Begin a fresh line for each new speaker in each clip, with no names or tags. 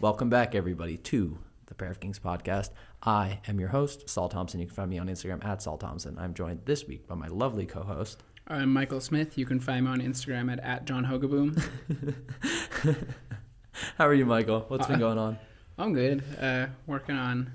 Welcome back, everybody, to the Pair of Kings podcast. I am your host, Saul Thompson. You can find me on Instagram at Saul Thompson. I'm joined this week by my lovely co host.
I'm Michael Smith. You can find me on Instagram at, at John Hogaboom.
How are you, Michael? What's
Uh,
been going on?
I'm good. Uh, working on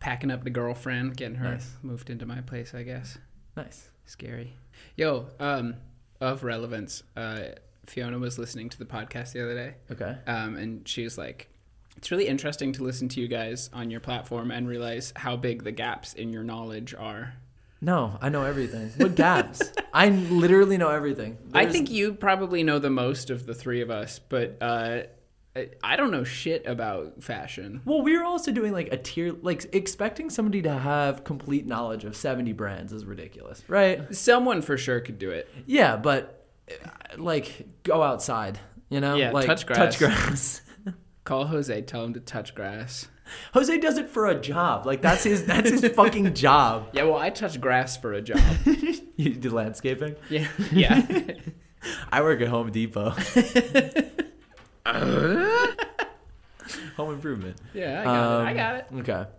packing up the girlfriend, getting her
Nice.
moved into my place, I guess.
Nice.
Scary. Yo, um, of relevance, uh, Fiona was listening to the podcast the other day,
Okay.
um, and she was like, it's really interesting to listen to you guys on your platform and realize how big the gaps in your knowledge are.
No, I know everything. What gaps? I literally know everything.
I
There's-
think you probably know the most of the three of us, but uh, I- I don't know shit about fashion.
Well, we were also doing like a tier, like expecting somebody to have complete knowledge of 70 brands is ridiculous, right?
Someone for sure could do it.
Yeah, but uh, like go outside, you know?
Yeah,
like,
touch grass.
Touch grass.
Call Jose, tell him to touch grass.
Jose does it for a job. Like that's his that's his fucking job.
Yeah, well, I touch grass for a job.
You do landscaping.
yeah, yeah.
I work at Home Depot. Home improvement.
yeah, I got
Um,
it. I got it.
Okay.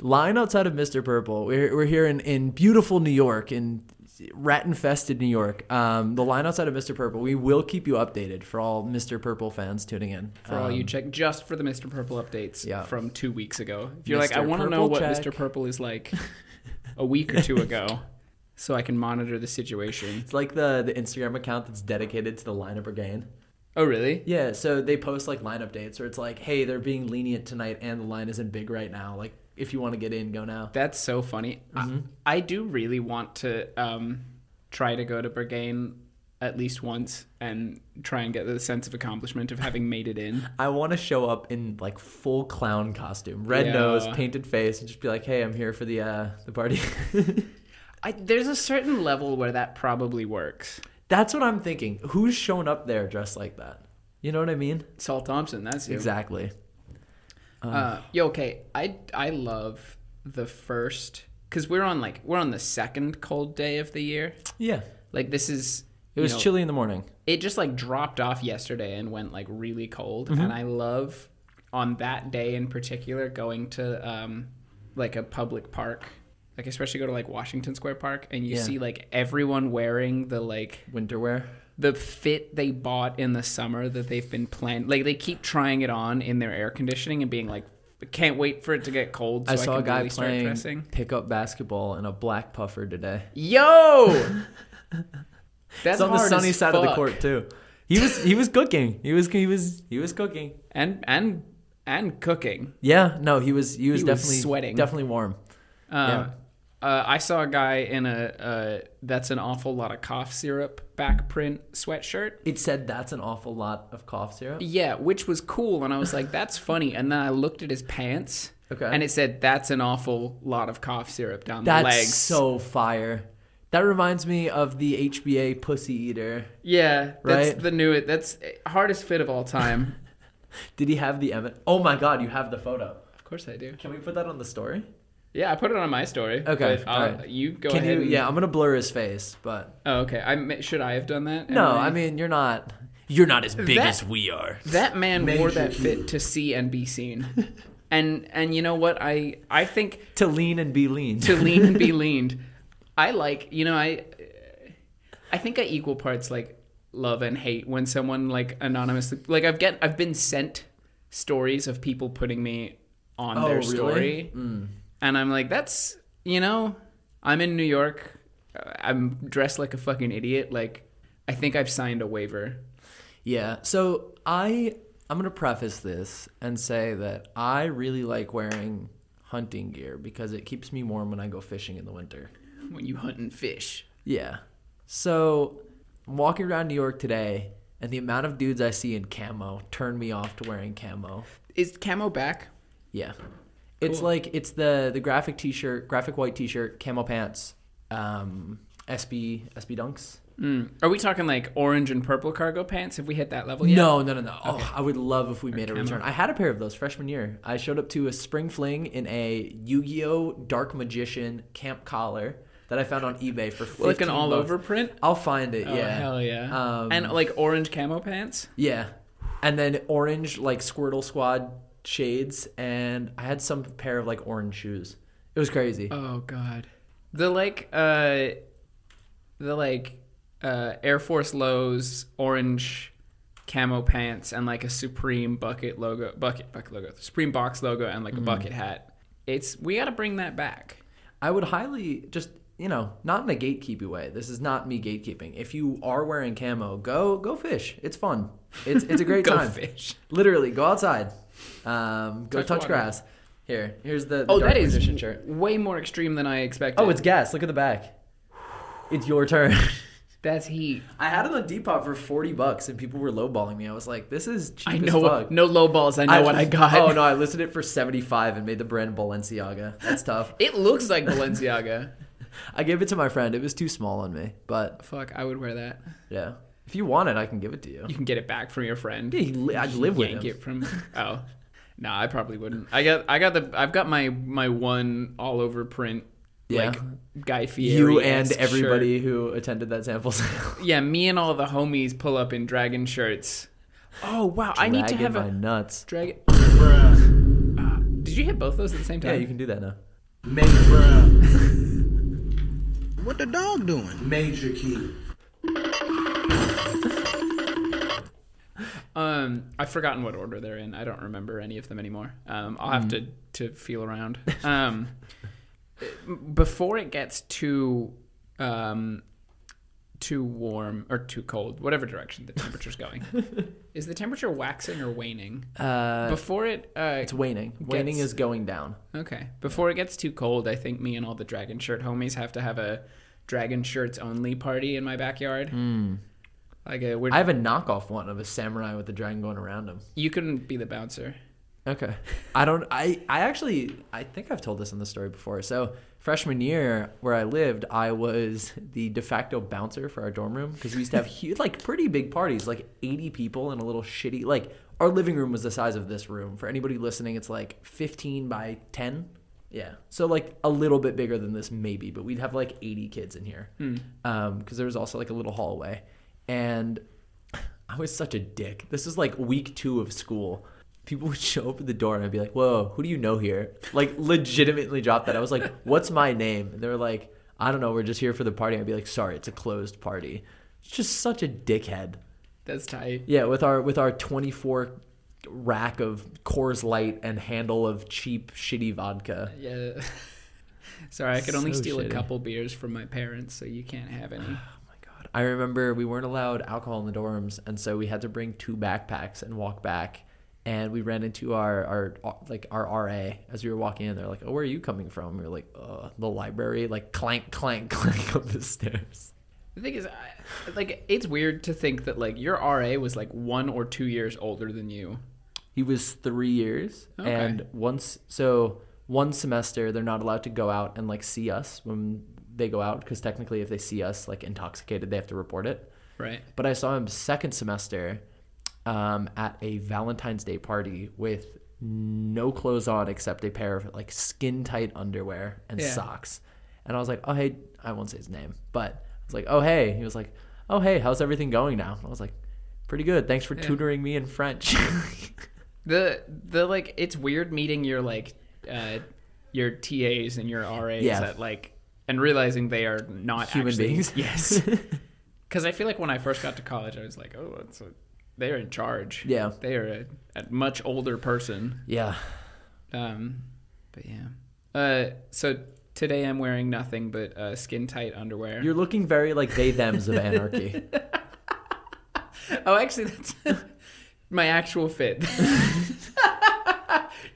Line outside of Mr. Purple. We're, we're here in, in beautiful New York, in rat infested New York. Um, the line outside of Mr. Purple. We will keep you updated for all Mr. Purple fans tuning in. Um,
For all you check, just for the Mr. Purple updates
Yeah.
from two weeks ago. If you're like,
Mr.
I want to know
Purple
what
check.
Mr. Purple is like a week or two ago, so I can monitor the situation.
It's like the, the Instagram account that's dedicated to the lineup brigade.
Oh, really?
Yeah, so they post like line updates where it's like, hey, they're being lenient tonight and the line isn't big right now. Like, if you want to get in, go now.
That's so funny.
Mm-hmm.
I, I do really want to um, try to go to Bergain at least once and try and get the sense of accomplishment of having made it in.
I want to show up in like full clown costume, red
Yeah.
nose, painted face, and just be like, hey, I'm here for the uh, the party.
I, there's a certain level where that probably works.
That's what I'm thinking. Who's shown up there dressed like that? You know what I mean?
Saul Thompson, that's you.
Exactly.
Uh, yo, okay. I I love the first because we're on like we're on the second cold day of the year.
Yeah.
Like this is
It was
you know,
chilly in the morning.
It just like dropped off yesterday and went like really cold.
Mm-hmm.
And I love on that day in particular going to um, like a public park, like especially go to like Washington Square Park, and you
Yeah.
see like everyone wearing the like
Winter wear.
the fit they bought in the summer that they've been planning. Like they keep trying it on in their air conditioning and being like, "Can't wait for it to get cold." So
I
I,
saw
can
a guy
really start
playing
dressing."
pickup basketball in a black puffer today.
Yo, that's
It's on the
hard
sunny
as
side of the
fuck.
court too. He was he was cooking. He was he was he was cooking.
and and and cooking.
Yeah, no, he was he was
He was
definitely
sweating.
definitely warm.
Uh, uh, I saw a guy in a uh, that's an awful lot of cough syrup back print sweatshirt.
It said that's an awful lot of cough syrup.
Yeah, which was cool, and I was like, "That's funny." And then I looked at his pants,
Okay.
and it said, "That's an awful lot of cough syrup down
That's
the legs."
so fire. That reminds me of the HBA pussy eater.
yeah, that's
Right?
the new. That's hardest fit of all time.
Did he have the Emmett? Oh my god, you have the photo.
of course, I do.
Can we put that on the story?
Yeah, I put it on my story.
Okay,
but I'll-
all right.
you go
Can
ahead.
you?
and-
Yeah, I'm gonna blur his face, but
Oh, okay. I ma- should I have done that?
no,
Am
I mean you're not. You're not as big
That-
as we are.
that man wore
Major
that fit to see and be seen, and and you know what? I I think
To lean and be lean.
to lean and be leaned. I like, you know, I I think I equal parts like love and hate when someone like anonymously like I've get I've been sent stories of people putting me on
Oh,
their
really? Hmm.
story. And I'm like that's, you know, I'm in New York. Uh, I'm dressed like a fucking idiot. Like I think I've signed a waiver.
Yeah. So I I'm gonna preface this and say that I really like wearing hunting gear because it keeps me warm when I go fishing in the winter.
When you hunt and fish,
Yeah. So I'm walking around New York today and the amount of dudes I see in camo turn me off to wearing camo.
is camo back?
Yeah. It's like it's the the graphic t-shirt, graphic white t-shirt, camo pants, um SB SB dunks.
Mm. Are we talking like orange and purple cargo pants? Have we hit that level yet?
No, no, no, no. Oh, I would love if we made a return. I had a pair of those freshman year. I showed up to a spring fling in a Yu Gi Oh! Dark Magician camp collar that I found on eBay for 15
like an all
bucks.
over print.
I'll find it.
Oh,
yeah.
hell yeah.
Um,
and like orange camo pants.
Yeah. And then orange like Squirtle Squad shades and I had some pair of like orange shoes. It was crazy.
Oh god. The like uh the like uh Air Force Lows orange camo pants and like a Supreme bucket logo bucket bucket logo. Supreme box logo and like
Mm-hmm.
a bucket hat. It's we got to bring that back.
I would highly just you know, not in a gatekeeping way. This is not me gatekeeping. If you are wearing camo, go go fish. It's fun. It's it's a great
Go
time.
fish.
Literally, go outside. Um, go
Touch
touch,
water.
grass. Here, here's the, the
Oh,
dark
that is
magician shirt.
way more extreme than I expected.
Oh, it's gas. Look at the back. It's your turn.
that's heat.
I had it on Depop for forty bucks, and people were lowballing me. I was like, "This is cheap
I
as
know
fuck."
what, no low balls. I know what I got.
Oh no, I listed it for seventy five and made the brand Balenciaga. That's tough.
It looks like Balenciaga.
I gave it to my friend. It was too small on me, but
Fuck, I would wear that.
yeah. If you want it, I can give it to you.
You can get it back from your friend.
Yeah, you li- I'd
Just
live with
yank
him.
it from. Oh, no, I probably wouldn't. I got, I got the, I've got my my one all over print.
Yeah.
Like Guy Fieri.
You and everybody who attended that sample sale.
Yeah, me and all the homies pull up in dragon shirts. Oh wow, I need to
Dragging my
have a
nuts.
dragon. Bruh. Ah, did you hit both those at the same time?
Yeah, you can do that now.
Major bruh.
What the dog doing?
Major key.
Um, I've forgotten what order they're in. I don't remember any of them anymore. Um, I'll have
Hmm.
to to feel around. Um, before it gets too um, too warm or too cold, whatever direction the temperature's going, is the temperature waxing or waning?
Uh,
Before it, uh,
it's waning. Waning
Gets-
is going down.
okay. Before it gets too cold, I think me and all the dragon shirt homies have to have a dragon shirts only party in my backyard. Like a, we're,
Hmm. I have a knockoff one of a samurai with a dragon going around him.
you can be the bouncer.
Okay. I don't I I actually I think I've told this in the story before. So freshman year where I lived, I was the de facto bouncer for our dorm room because we used to have huge like pretty big parties, like 80 people in a little shitty like our living room was the size of this room. For anybody listening, it's like 15 by 10. Yeah. So like a little bit bigger than this maybe, but we'd have like 80 kids in here. Um because there was also like a little hallway. And I was such a dick. This was like week 2 of school people would show up at the door and I'd be like, "Whoa, who do you know here?" Like legitimately drop that. I was like, "What's my name?" And they were like, "I don't know. We're just here for the party." I'd be like, "Sorry, it's a closed party." It's just such a dickhead.
That's tight.
Yeah, with our with our 24 rack of Coors Light and handle of cheap shitty vodka.
Yeah. Sorry, I could only
So
steal a
shitty.
couple beers from my parents, so you can't have any.
Oh my god. I remember we weren't allowed alcohol in the dorms, and so we had to bring two backpacks and walk back. And we ran into our, our like our RA as we were walking in. They're like, "Oh, where are you coming from?" We were like, "Uh, the library." Like clank, clank, clank up the stairs.
The thing is, I, like, it's weird to think that like your RA was like one or two years older than you.
He was three years,
Okay.
and once so one semester they're not allowed to go out and like see us when they go out because technically if they see us like intoxicated they have to report it.
Right.
but I saw him second semester um, at a Valentine's Day party with no clothes on except a pair of like skin tight underwear and
Yeah.
socks. And I was like, oh, hey, I won't say his name, but I was like, oh, hey. He was like, oh, hey, how's everything going now? I was like, pretty good. Thanks for tutoring me in French.
The the like it's weird meeting your like uh your TAs and your RAs
Yeah.
at like and realizing they are not
Human
actually-
beings.
Yes. Because I feel like when I first got to college, I was like, oh, that's a, they're in charge.
Yeah.
They are a, a much older person.
yeah.
Um, but yeah. Uh, so today I'm wearing nothing but uh, skin tight underwear.
You're looking very like they thems of anarchy.
Oh, actually, that's my actual fit.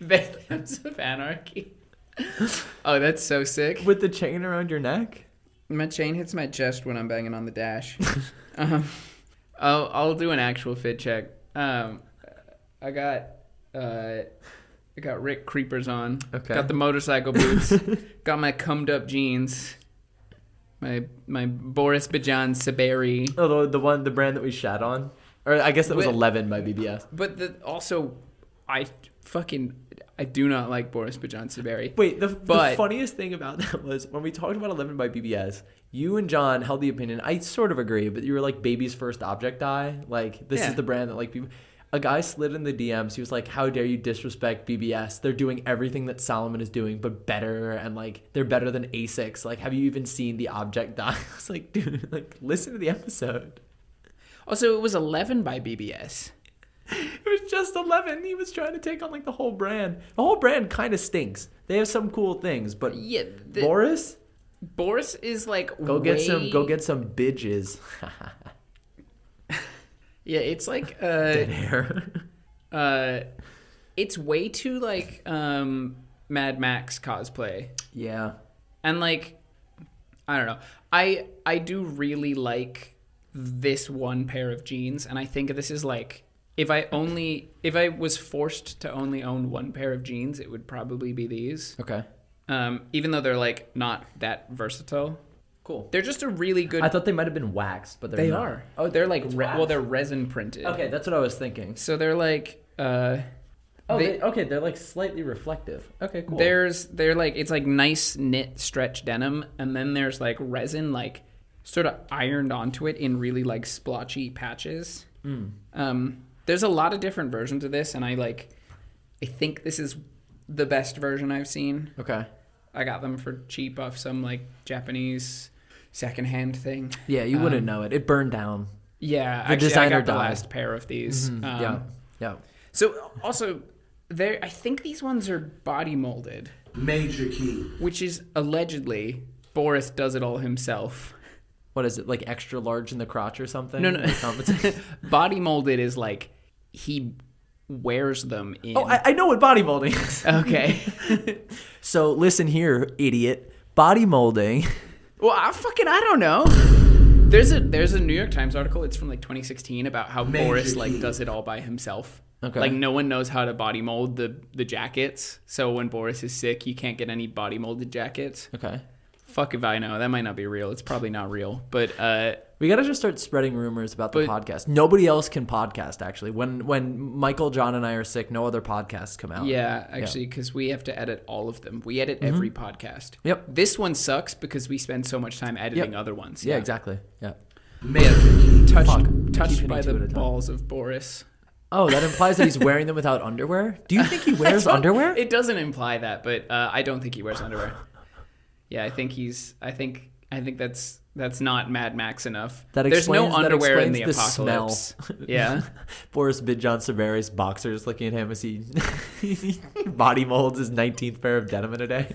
Victims of Anarchy. Oh, that's so sick.
With the chain around your neck?
My chain hits my chest when I'm banging on the dash. um, I'll, I'll do an actual fit check. Um, I got uh, I got Rick Creepers on.
Okay.
Got the motorcycle boots. got my cummed up jeans. My my Boris Bajan Saberi.
Oh, the, the one, the brand that we shat on? Or I guess that was
Wait.
11 by BBS.
But the, also, I fucking I do not like Boris Bajansaberi.
Wait, the, the
But-
funniest thing about that was when we talked about Eleven by BBS. You and John held the opinion. I sort of agree, but you were like baby's first object eye. Like this
Yeah.
is the brand that like people. A guy slid in the DMs. He was like, "How dare you disrespect BBS? They're doing everything that Solomon is doing, but better, and like they're better than Asics. Like, have you even seen the object die?" I was like, "Dude, like listen to the episode.
Also, it was 11 by BBS.
It was just Eleven. He was trying to take on like the whole brand. The whole brand kind of stinks. They have some cool things, but
Yeah, the,
Boris."
Boris is like
Go get some. Go
way-
get some bitches.
Yeah, it's like uh,
hair.
uh, it's way too like um Mad Max cosplay.
yeah.
and like i don't know i i do really like this one pair of jeans and i think this is like if i only if i was forced to only own one pair of jeans it would probably be these
Okay.
um even though they're like not that versatile
Cool.
they're just a really good
I thought they might have been waxed, but they're
they
not.
are oh they're like re- well they're resin printed
Okay, that's what I was thinking.
so they're like uh
Oh,
They-
they- okay, they're like slightly reflective. Okay, cool.
There's they're like it's like nice knit stretch denim, and then there's like resin like sort of ironed onto it in really like splotchy patches.
Hmm.
Um, there's a lot of different versions of this, and I like I think this is the best version I've seen.
okay.
I got them for cheap off some like Japanese secondhand thing.
Yeah, you wouldn't know it. It burned down.
Yeah,
The
actually, I
designer
got the
died.
last pair of these. Um,
yeah. Yeah.
So also, there I think these ones are body molded.
Major key.
which is allegedly Boris does it all himself.
What is it like? Extra large in the crotch or something?
No, no.
Like um, compensation?
Body molded is like he wears them in.
oh, I, I know what bodybuilding is.
okay.
so listen here, idiot. Body molding.
well, I fucking I don't know. There's a there's a New York Times article. It's from like 2016 about how
Major
Boris like
key.
does it all by himself.
Okay.
Like no one knows how to body mold the the jackets. So when Boris is sick, you can't get any body molded jackets.
Okay.
Fuck if I know. That might not be real. It's probably not real. But uh
We gotta just start spreading rumors about the
But-
podcast. Nobody else can podcast actually. When when Michael, John, and I are sick, no other podcasts come out.
Um, Yeah, Mm-hmm. actually, because we have to edit all of them. We edit every podcast.
Yep.
This one sucks because we spend so much time editing other ones.
Yeah, exactly. Yeah.
Major key.
Touched,
Fuck. I keep
touched
hitting
by
two
the
at a time.
balls of Boris.
Oh, that implies that he's wearing them without underwear. Do you think he wears underwear?
It doesn't imply that, but uh, I don't think he wears underwear. yeah, I think he's. I think. I think that's that's not Mad Max enough.
That
There's no
explains- that
underwear in the,
explains the smell.
apocalypse. yeah.
Boris Bidjon Saberi's boxers looking at him as he body molds his 19th pair of denim in a day.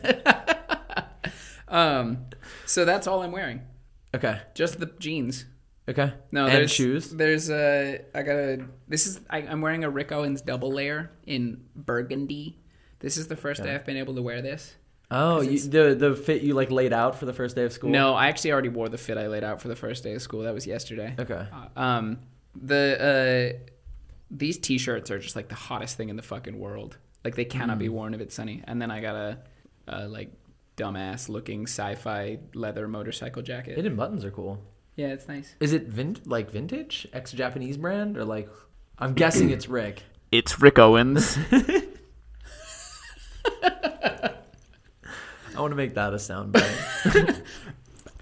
Um. So that's all I'm wearing.
Okay.
Just the jeans.
Okay.
No,
and
there's,
shoes.
There's a. I got a. This is. I, I'm wearing a Rick Owens double layer in burgundy. This is the first day I've been able to wear this.
Oh, you, the the fit you like laid out for the first day of school.
No, I actually already wore the fit I laid out for the first day of school. That was yesterday.
Okay.
Uh, Um, the uh, these t-shirts are just like the hottest thing in the fucking world. Like they cannot be worn if it's sunny. And then I got a, a like dumbass looking sci-fi leather motorcycle jacket.
Hidden buttons are cool.
yeah, it's nice.
Is it vint like vintage, ex Japanese brand, or like? I'm guessing it's Rick.
It's Rick Owens.
I want to make that a soundbite.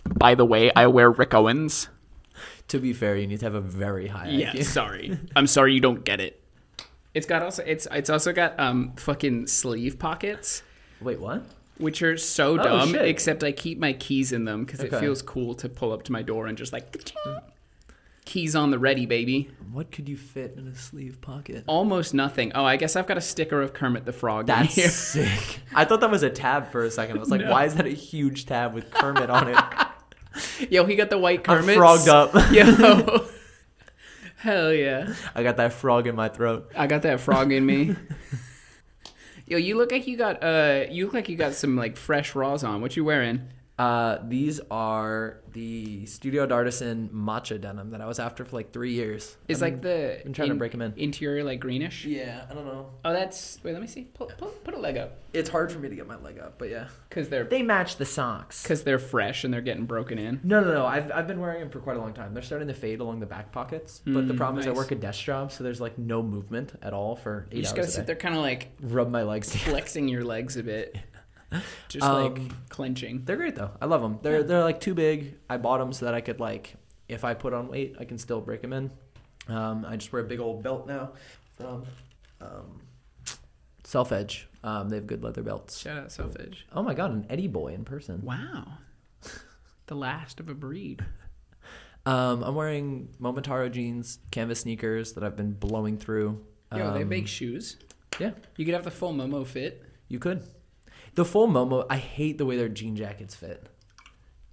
By the way, I wear Rick Owens.
to be fair, you need to have a very high
Yeah,
IQ.
sorry. I'm sorry you don't get it. It's got also it's it's also got um fucking sleeve pockets,
Wait, what?
which are so dumb.
shit.
Except I keep my keys in them because it
Okay.
feels cool to pull up to my door and just like ka-ching. keys on the ready, baby.
What could you fit in a sleeve pocket?
Almost nothing. Oh, I guess I've got a sticker of Kermit the Frog in
That's
here.
sick. I thought that was a tab for a second. I was like, why is that a huge tab with Kermit on it?
Yo, he got the white
I'm
Kermit.
frogged up.
Yo. Hell yeah.
I got that frog in my throat.
I got that frog in me. Yo, you look like you got uh you look like you got some like fresh raws on. What you wearing?
Uh, these are the Studio Dardison matcha denim that I was after for like three years.
Is
I've
like the
been trying to break 'em in.
interior like greenish.
been- yeah, I don't know.
Oh, that's wait. Let me see. Pull, pull, put a leg up
It's hard for me to get my leg up, but yeah.
because they're
They match the socks.
because they're fresh and they're getting broken in.
No, no, no. I've, I've been wearing them for quite a long time. They're starting to fade along the back pockets. but the
Mm,
problem is I
nice.
work a desk job, so there's like no movement at all for eight
You just
hours.
gotta
a
sit
day.
there, kind of like
Rub my legs together.
flexing your legs a bit, just
Um,
like clenching.
They're great though. I love them. They're they're like too big. I bought them so that I could like if I put on weight, I can still break them in. Um, I just wear a big old belt now from um, Self Edge. Um, they have good leather belts.
Shout out Selfridge.
Oh my god, an Eddie boy in person.
Wow, the last of a breed.
Um, I'm wearing Momotaro jeans, canvas sneakers that I've been blowing through.
Yo, they
Um,
make shoes.
Yeah,
You could have the full Momo fit.
you could. The full Momo. I hate the way their jean jackets fit.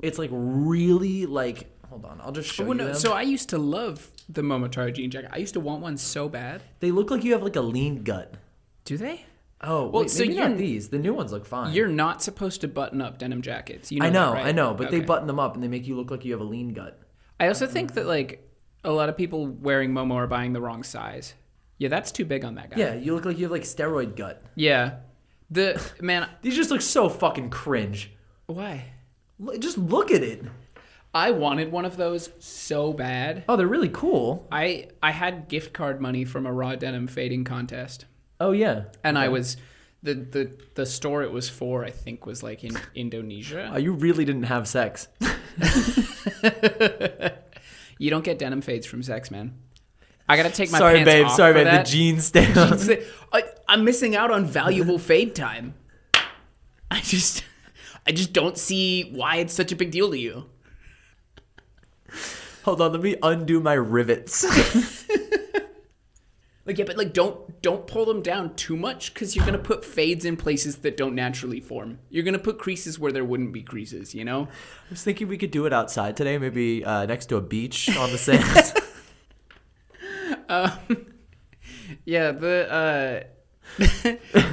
It's like really like. Hold on, I'll just show
Well,
you.
no,
them.
so I used to love the Momotaro jean jacket. I used to want one so bad.
they look like you have like a lean gut.
Do they?
Oh,
Well,
wait,
so
maybe not
you're-
these. The new ones look fine.
You're not supposed to button up denim jackets. You know
I know,
that, right?
I know, but they
Okay.
button them up and they make you look like you have a lean gut.
I also think that like a lot of people wearing Momo are buying the wrong size. Yeah, that's too big on that guy.
Yeah, you look like you have like steroid gut.
Yeah. The man,
These just look so fucking cringe.
why?
L- just look at it.
I wanted one of those so bad.
Oh, they're really cool.
I I had gift card money from a raw denim fading contest,
Oh yeah.
and I was the the the store it was for I think was like in Indonesia.
Oh, you really didn't have sex.
You don't get denim fades from sex, man. I gotta take my
sorry,
pants
babe.
off
Sorry,
for
babe.
That.
The jeans down.
It's like, I, I'm missing out on valuable fade time. I just, I just don't see why it's such a big deal to you.
Hold on, let me undo my rivets.
Like yeah, but like don't don't pull them down too much because you're gonna put fades in places that don't naturally form. You're gonna put creases where there wouldn't be creases. You know,
I was thinking we could do it outside today, maybe uh, next to a beach on the sands.
Yeah, the uh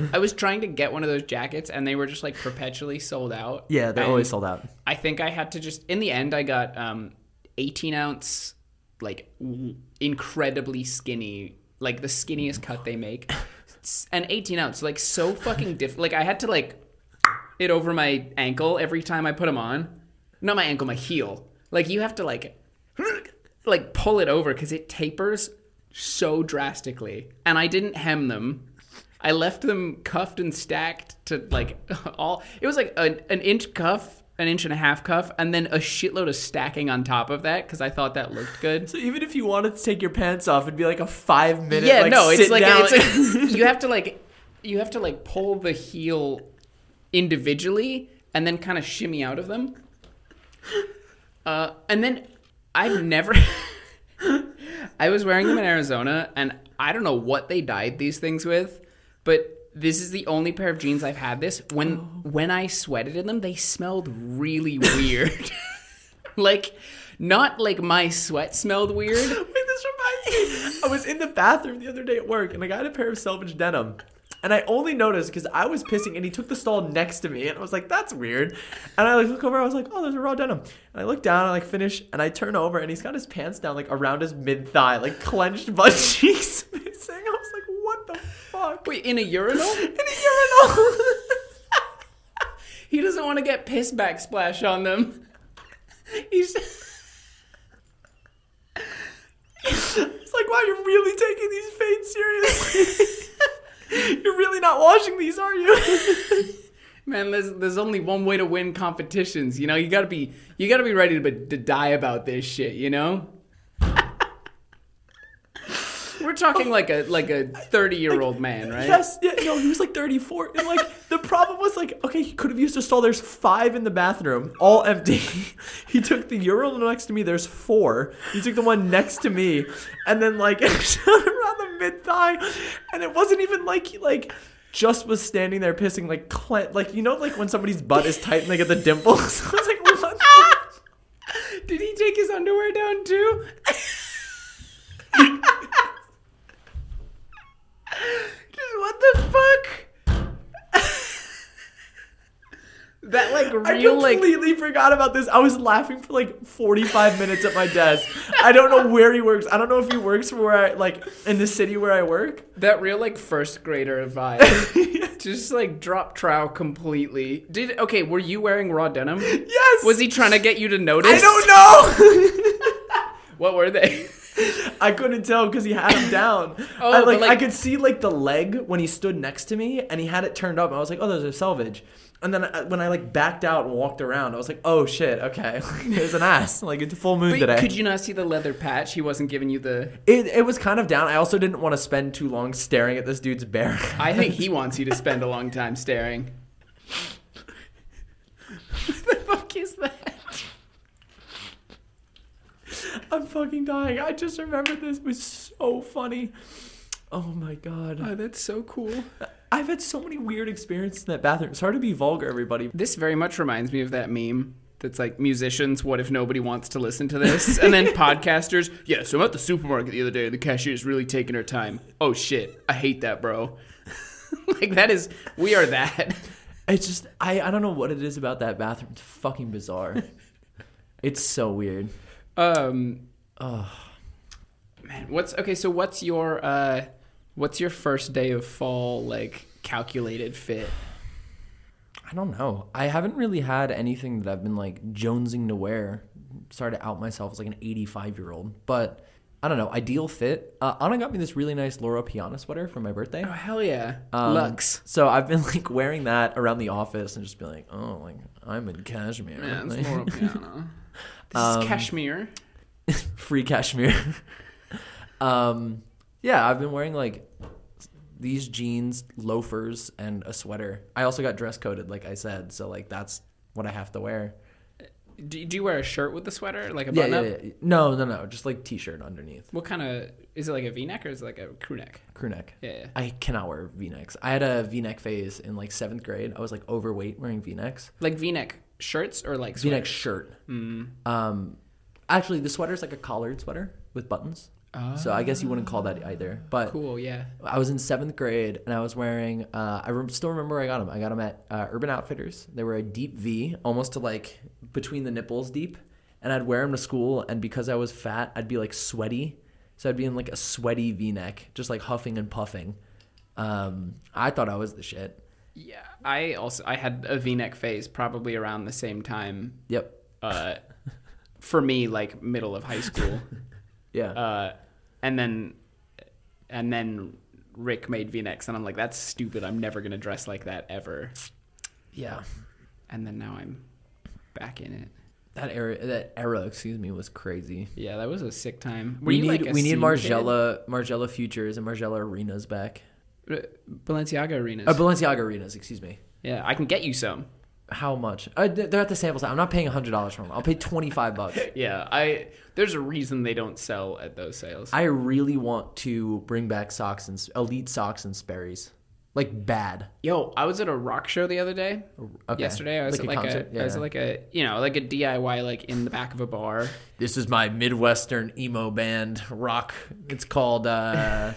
I was trying to get one of those jackets and they were just like perpetually sold out.
yeah, they're
And
always sold out.
I think I had to just in the end I got um 18 ounce like w- incredibly skinny like the skinniest cut they make S- and 18 ounce like so fucking diff like I had to like it over my ankle every time I put them on. Not my ankle, my heel. Like you have to like like pull it over because it tapers so drastically. And I didn't hem them. I left them cuffed and stacked to like all. It was like an, an inch cuff, an inch and a half cuff, and then a shitload of stacking on top of that because I thought that looked good.
So even if you wanted to take your pants off, it'd be like a five minute.
yeah,
like,
no, it's
sit
like,
down.
it's like you have to like you have to like pull the heel individually and then kind of shimmy out of them. Uh, and then I've never. I was wearing them in Arizona, and I don't know what they dyed these things with, but this is the only pair of jeans I've had. This when
Oh.
when I sweated in them, they smelled really weird. like, not like my sweat smelled weird.
Wait, this reminds me. I was in the bathroom the other day at work, and I got a pair of selvage denim. And I only noticed because I was pissing, and he took the stall next to me, and I was like, "That's weird." And I like look over, I was like, "Oh, there's a raw denim." And I look down, I like finish, and I turn over, and he's got his pants down like around his mid thigh, like clenched butt cheeks missing. I was like, "What the fuck?"
Wait, in a urinal?
In a urinal.
He doesn't want to get piss backsplash on them. He's
it's like, wow, you're really taking these fades seriously. you're really not washing these, are you?
man. There's there's only one way to win competitions. You know, you gotta be you gotta be ready to, to die about this shit. You know. We're talking like a like a thirty year old man, right?
Yes, yeah, no, he was like 34. And like, the problem was like, okay, he could have used a stall. There's five in the bathroom, all empty. he took the urinal next to me, there's four. He took the one next to me, and then like around the mid thigh. And it wasn't even like he like just was standing there pissing, like, cle- like you know, like when somebody's butt is tight and they get the dimples? I was like, what the-
Did he take his underwear down too? Just what the fuck? that like like
I
real like
completely forgot about this. I was laughing for like 45 minutes at my desk. I don't know where he works. I don't know if he works for where I like in the city where I work.
that real like first grader vibe. Just like drop trowel completely. Did okay? Were you wearing raw denim?
Yes.
Was he trying to get you to notice?
I don't know.
What were they?
I couldn't tell because he had him down.
Oh,
I,
but,
like, I
like-
could see like the leg when he stood next to me, and he had it turned up. I was like, oh, those are selvage. And then I, when I like backed out and walked around, I was like, oh shit, okay, there's an ass. Like it's a full moon today.
But could you not see the leather patch? He wasn't giving you the.
it, it was kind of down. I also didn't want to spend too long staring at this dude's bare.
I think he wants you to spend a long time staring. what the fuck is that?
I'm fucking dying. I just remember this was so funny. Oh my god.
Oh, that's so cool.
I've had so many weird experiences in that bathroom. Sorry to be vulgar, everybody.
This very much reminds me of that meme that's like musicians, what if nobody wants to listen to this? And then podcasters, yeah, so I'm at the supermarket the other day and the cashier's really taking her time. Oh shit, I hate that, bro. like that is we are that.
It's just I, I don't know what it is about that bathroom. It's fucking bizarre. it's so weird.
Um Man, what's okay, so what's your uh what's your first day of fall like calculated fit?
I don't know. I haven't really had anything that I've been like jonesing to wear. Sorry to out myself as like an 85 year old, but I don't know. Ideal fit. Uh, Anna got me this really nice Laura Piana sweater for my birthday.
Oh hell yeah.
Um,
Lux.
So I've been like wearing that around the office and just being like, oh, like I'm in cashmere.
Yeah, it's
Like,
Laura Piano. This
Um,
is cashmere.
free cashmere. um, yeah, I've been wearing like these jeans, loafers, and a sweater. I also got dress coded, like I said. So like that's what I have to wear.
Do, do you wear a shirt with the sweater? Like a
Yeah,
button
yeah,
up?
yeah. No, no, no. Just like t-shirt underneath,
What kind of is it like a V neck or is it like a crew neck?
crew neck.
Yeah, yeah.
I cannot wear V-necks. I had a V-neck phase in like seventh grade. I was like overweight wearing V-necks.
Like V neck shirts or like
V-neck shirt.
Mm.
Um, actually, the sweater's like a collared sweater with buttons. So I guess you wouldn't call that either. But
sweater? Cool, yeah.
I was in seventh grade and I was wearing. Uh, I rem- still remember where I got them. I got them at uh, Urban Outfitters. They were a deep V, almost to like between the nipples deep. And I'd wear them to school, and because I was fat, I'd be like sweaty. So I'd be in like a sweaty V neck, just like huffing and puffing. Um, I thought I was the shit.
Yeah, I also I had a V neck phase probably around the same time.
Yep.
Uh, for me, like middle of high school,
Yeah.
uh, and then and then Rick made V necks, and I'm like, that's stupid. I'm never gonna dress like that ever.
yeah.
And then now I'm back in it.
That era, that era, excuse me, was crazy.
Yeah, that was a sick time. Were
We
you,
need
like, a
we need
scene
Margella Margella Futures and Margella Arenas back.
kid? Balenciaga arenas.
Uh, Balenciaga Arenas, excuse me.
yeah, I can get you some.
How much? Uh, th- they're at the sample size. I'm not paying hundred dollars for them. I'll pay twenty five bucks.
Yeah, I there's a reason they don't sell at those sales.
I really want to bring back socks and elite socks and Sperry's, like bad.
Yo, I was at a rock show the other day.
okay.
Yesterday, I was
Like
at
a
like a,
concert?
I was
Yeah.
at like a, you know, like a DIY, like in the back of a bar.
This is my midwestern emo band rock. It's called uh,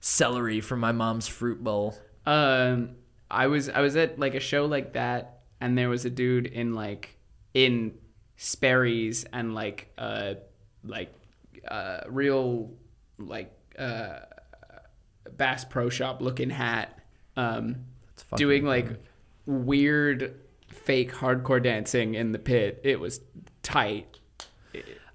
Celery from my mom's fruit bowl.
Um, I was I was at like a show like that, and there was a dude in like in Sperry's and like uh like uh real like uh Bass Pro Shop looking hat, um,
fucking
doing like weird fake hardcore dancing in the pit. It was tight.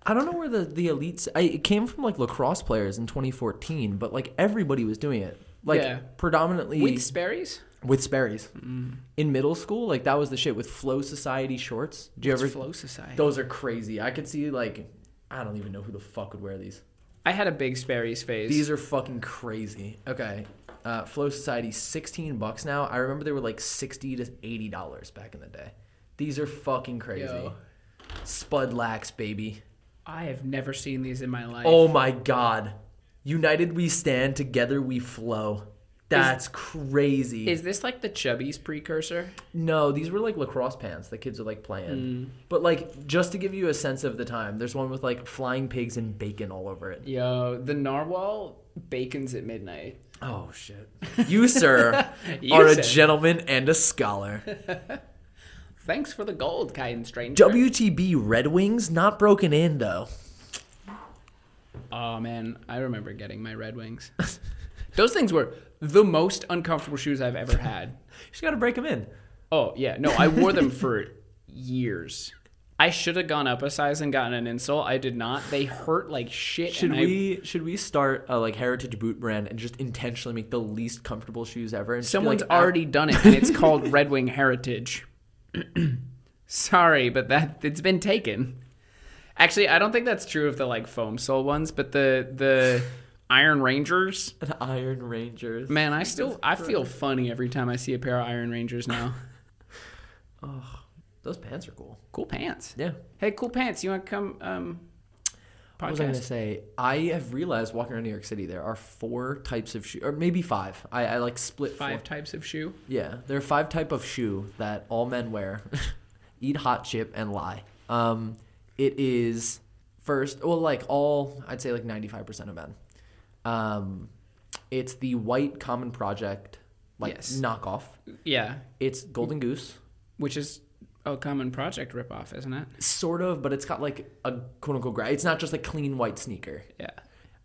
I don't know where the the elites. I, it came from like lacrosse players in 2014, but like everybody was doing it. Like
Yeah.
predominantly
With Sperry's?
with Sperry's in middle school. Like that was the shit with Flow Society shorts. Do you
It's
ever?
Flow Society.
Those are crazy. I could see like I don't even know who the fuck would wear these.
I had a big Sperry's phase.
These are fucking crazy. Okay. Uh, Flow Society, sixteen bucks now. I remember they were like sixty to eighty dollars back in the day. These are fucking crazy.
Yo.
Spud lax, baby.
I have never seen these in my life.
Oh my god. United we stand, together we flow. That's crazy.
Is this like the Chubby's precursor?
No, these were like lacrosse pants the kids are like
Mm.
playing. But like just to give you a sense of the time, there's one with like flying pigs and bacon all over it.
Yo, the narwhal bacon's at midnight.
Oh shit. You sir
You,
are a
sir.
gentleman and a scholar.
Thanks for the gold, kind stranger.
WTB Red Wings not broken in though.
Oh man, I remember getting my Red Wings. Those things were the most uncomfortable shoes I've ever had.
You just got to break them in.
Oh yeah, no, I wore them for years. I should have gone up a size and gotten an insole. I did not. They hurt like shit.
Should
and I-
we should we start a like heritage boot brand and just intentionally make the least comfortable shoes ever? And just be
Someone's
like, "Ah,
already done it, and it's called Red Wing Heritage. Sorry, but that it's been taken. Actually, I don't think that's true of the like foam sole ones, but the the Iron Rangers.
an Iron Rangers.
Man, I still I feel funny every time I see a pair of Iron Rangers now.
Those pants are cool.
cool pants.
Yeah.
Hey, cool pants. You want to come? Um,
What was I going to
podcast.
say? I have realized walking around New York City, there are four types of shoe, or maybe five. I, I like split
Five
Four.
types of shoe.
Yeah, there are five type of shoe that all men wear: eat hot chip and lie. Um, it is first, well, like all, I'd say like ninety-five percent of men. Um, it's the white Common Project like
Yes.
knockoff.
Yeah,
It's Golden Goose,
which is a common project ripoff, isn't it?
sort of, but it's got like a quote unquote. Gra- it's not just a clean white sneaker.
Yeah.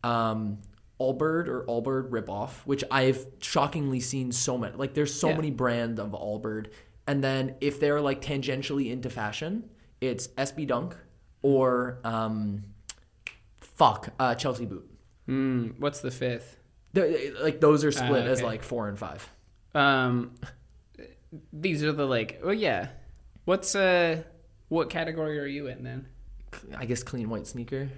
um, Allbird or Allbird ripoff, which I've shockingly seen so many. Like, there's so
Yeah.
many brand of Allbird. And then if they're like tangentially into fashion, it's SB Dunk or um, fuck uh, Chelsea Boot.
Hmm. what's the fifth?
They're- like those are split as
okay.
like four and five.
Um, these are the like. Oh yeah. What's uh? What category are you in then?
I guess clean white sneaker.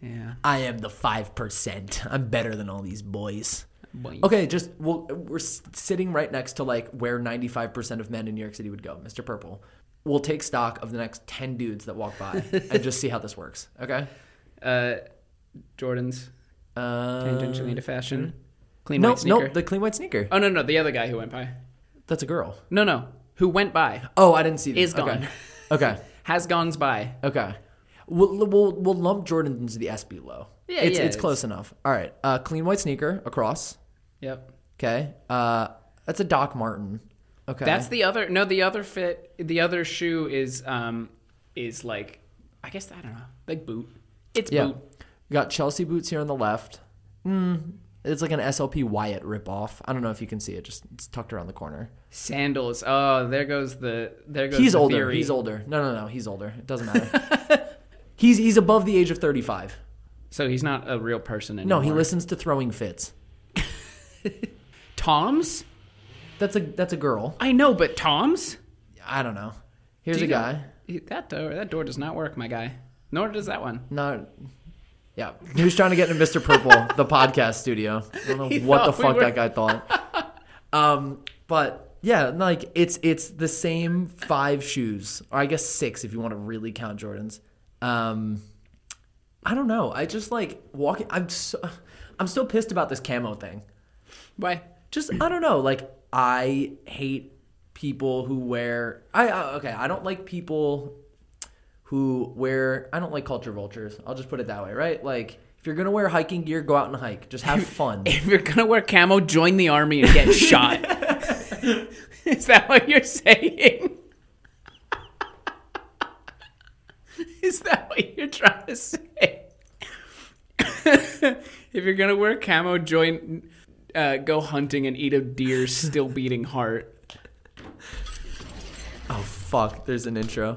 Yeah.
I am the five percent. I'm better than all these boys.
Boy.
Okay, just well, we're s- sitting right next to like where 95% of men in New York City would go, Mr. Purple. We'll take stock of the next 10 dudes that walk by and just see how this works. Okay?
Uh, Jordans
Uh, mm.
tangentially into fashion. Clean
no,
white sneaker.
no, the clean white sneaker.
oh no, no, the other guy who went by.
That's a girl.
No, no, who went by
Oh, I didn't see this.
Is gone.
Okay. okay.
has gone's by.
Okay. We'll, we'll, we'll lump Jordan into the SB low.
Yeah,
it's,
yeah,
it's close enough. All right. Uh, clean white sneaker across.
Yep.
Okay. Uh, that's a Doc Martin. Okay.
That's the other. No, the other fit. The other shoe is um is like I guess I don't know like boot. It's
Yeah.
boot.
We got Chelsea boots here on the left. Mm, it's like an SLP Wyatt ripoff. I don't know if you can see it. Just it's tucked around the corner.
Oh,
Um, Um,
uh,
Oh,
Oh, Uh,
Throw
Yeah.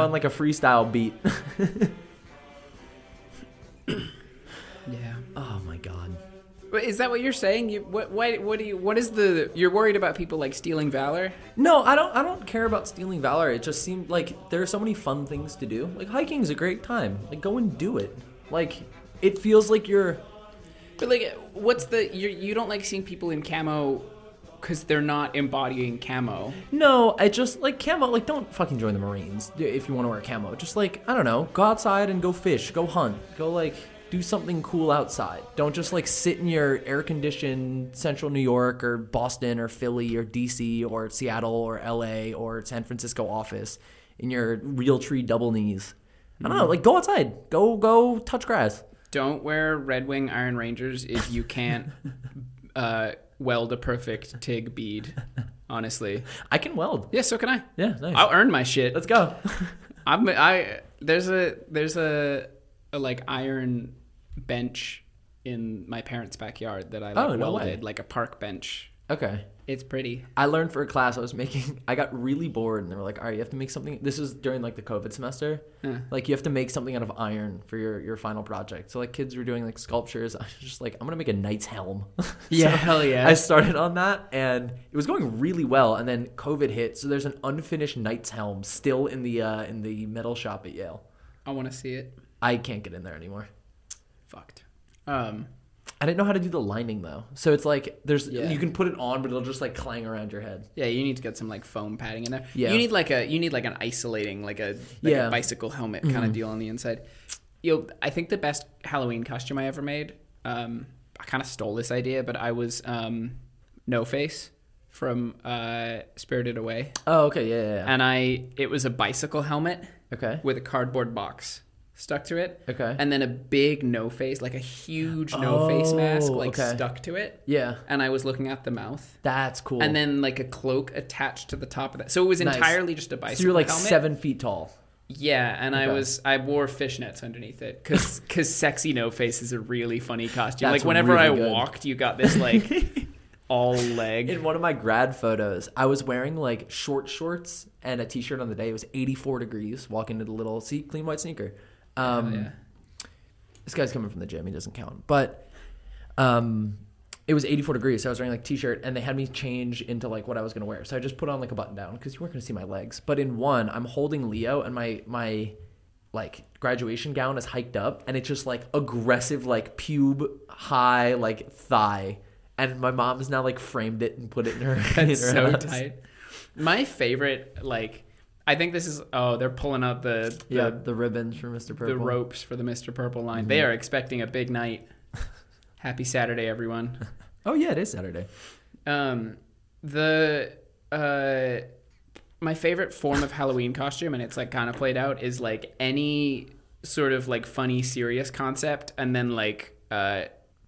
on like a freestyle beat.
Yeah.
oh my god.
But is that what you're saying? You what? Why, what do you? What is the? You're worried about people like stealing valor?
No, I don't. I don't care about stealing valor. It just seemed like there are so many fun things to do. Like hiking's a great time. Like go and do it. Like it feels like you're.
But like, what's the? You you don't like seeing people in camo because they're not embodying camo.
No, I just like camo. Like don't fucking join the Marines if you want to wear camo. Just like I don't know, go outside and go fish, go hunt, go like do something cool outside. Don't just like sit in your air conditioned Central New York or Boston or Philly or DC or Seattle or LA or San Francisco office in your real tree double knees. I don't know, like go outside, go go touch grass.
Don't wear Red Wing Iron Rangers if you can't uh, weld a perfect TIG bead. Honestly,
I can weld.
yeah. So can I?
Yeah, nice.
I'll earn my shit.
Let's go.
I'm I there's a there's a, a like iron bench in my parents' backyard that I like
Oh, no
welded
way.
like a park bench.
okay.
It's pretty.
I learned for a class I was making. I got really bored, and they were like, "All right, you have to make something." This was during like the COVID semester. Like you have to make something out of iron for your your final project. So like kids were doing like sculptures. I was just like, "I'm gonna make a knight's helm." So
Yeah, hell yeah.
I started on that, and it was going really well. And then COVID hit, so there's an unfinished knight's helm still in the uh, in the metal shop at Yale.
I want to see it.
I can't get in there anymore.
Fucked. Um
I didn't know how to do the lining though. So it's like there's
Yeah.
you can put it on, but it'll just like clang around your head.
yeah, you need to get some like foam padding in there.
Yeah.
You need like a you need like an isolating like a like
Yeah. Mm-hmm.
a bicycle helmet kind of deal on the inside. Yo, I think the best Halloween costume I ever made. Um I kind of stole this idea, but I was um No Face from uh Spirited Away.
Oh, okay, yeah, yeah. yeah.
and I it was a bicycle helmet
okay.
with a cardboard box stuck to it.
Okay.
And then a big no face, like a huge no face mask,
Oh,
like
okay.
stuck to it.
Yeah.
And I was looking at the mouth.
That's cool.
And then like a cloak attached to the top of that. So it was
Nice.
entirely just a bicycle.
so you're like
helmet.
seven feet tall.
Yeah, and I
Okay.
was I wore fishnets underneath it because sexy no face is a really funny costume.
That's
like whenever
really
I
good.
walked, you got this like all leg.
In one of my grad photos, I was wearing like short shorts and a t-shirt on the day. It was 84 degrees. Walking to the little see clean white sneaker. Um,
yeah.
This guy's coming from the gym. He doesn't count. But um, it was 84 degrees. So I was wearing like t-shirt, and they had me change into like what I was gonna wear. So I just put on like a button down because you weren't gonna see my legs. But in one, I'm holding Leo, and my my like graduation gown is hiked up, and it's just like aggressive, like pube high, like thigh. And my mom's now like framed it and put it in her. in her
That's so
house.
tight. My favorite, like, I think this is. Oh, they're pulling out the the,
Yeah, the ribbons for Mr. Purple. Mm-hmm.
the ropes for the Mister Purple line. They are expecting a big night. Happy Saturday, everyone.
Oh yeah, it is Saturday.
Um, the uh, my favorite form of Halloween costume, and it's like kind of played out, is like any sort of like funny, serious concept, and then like uh,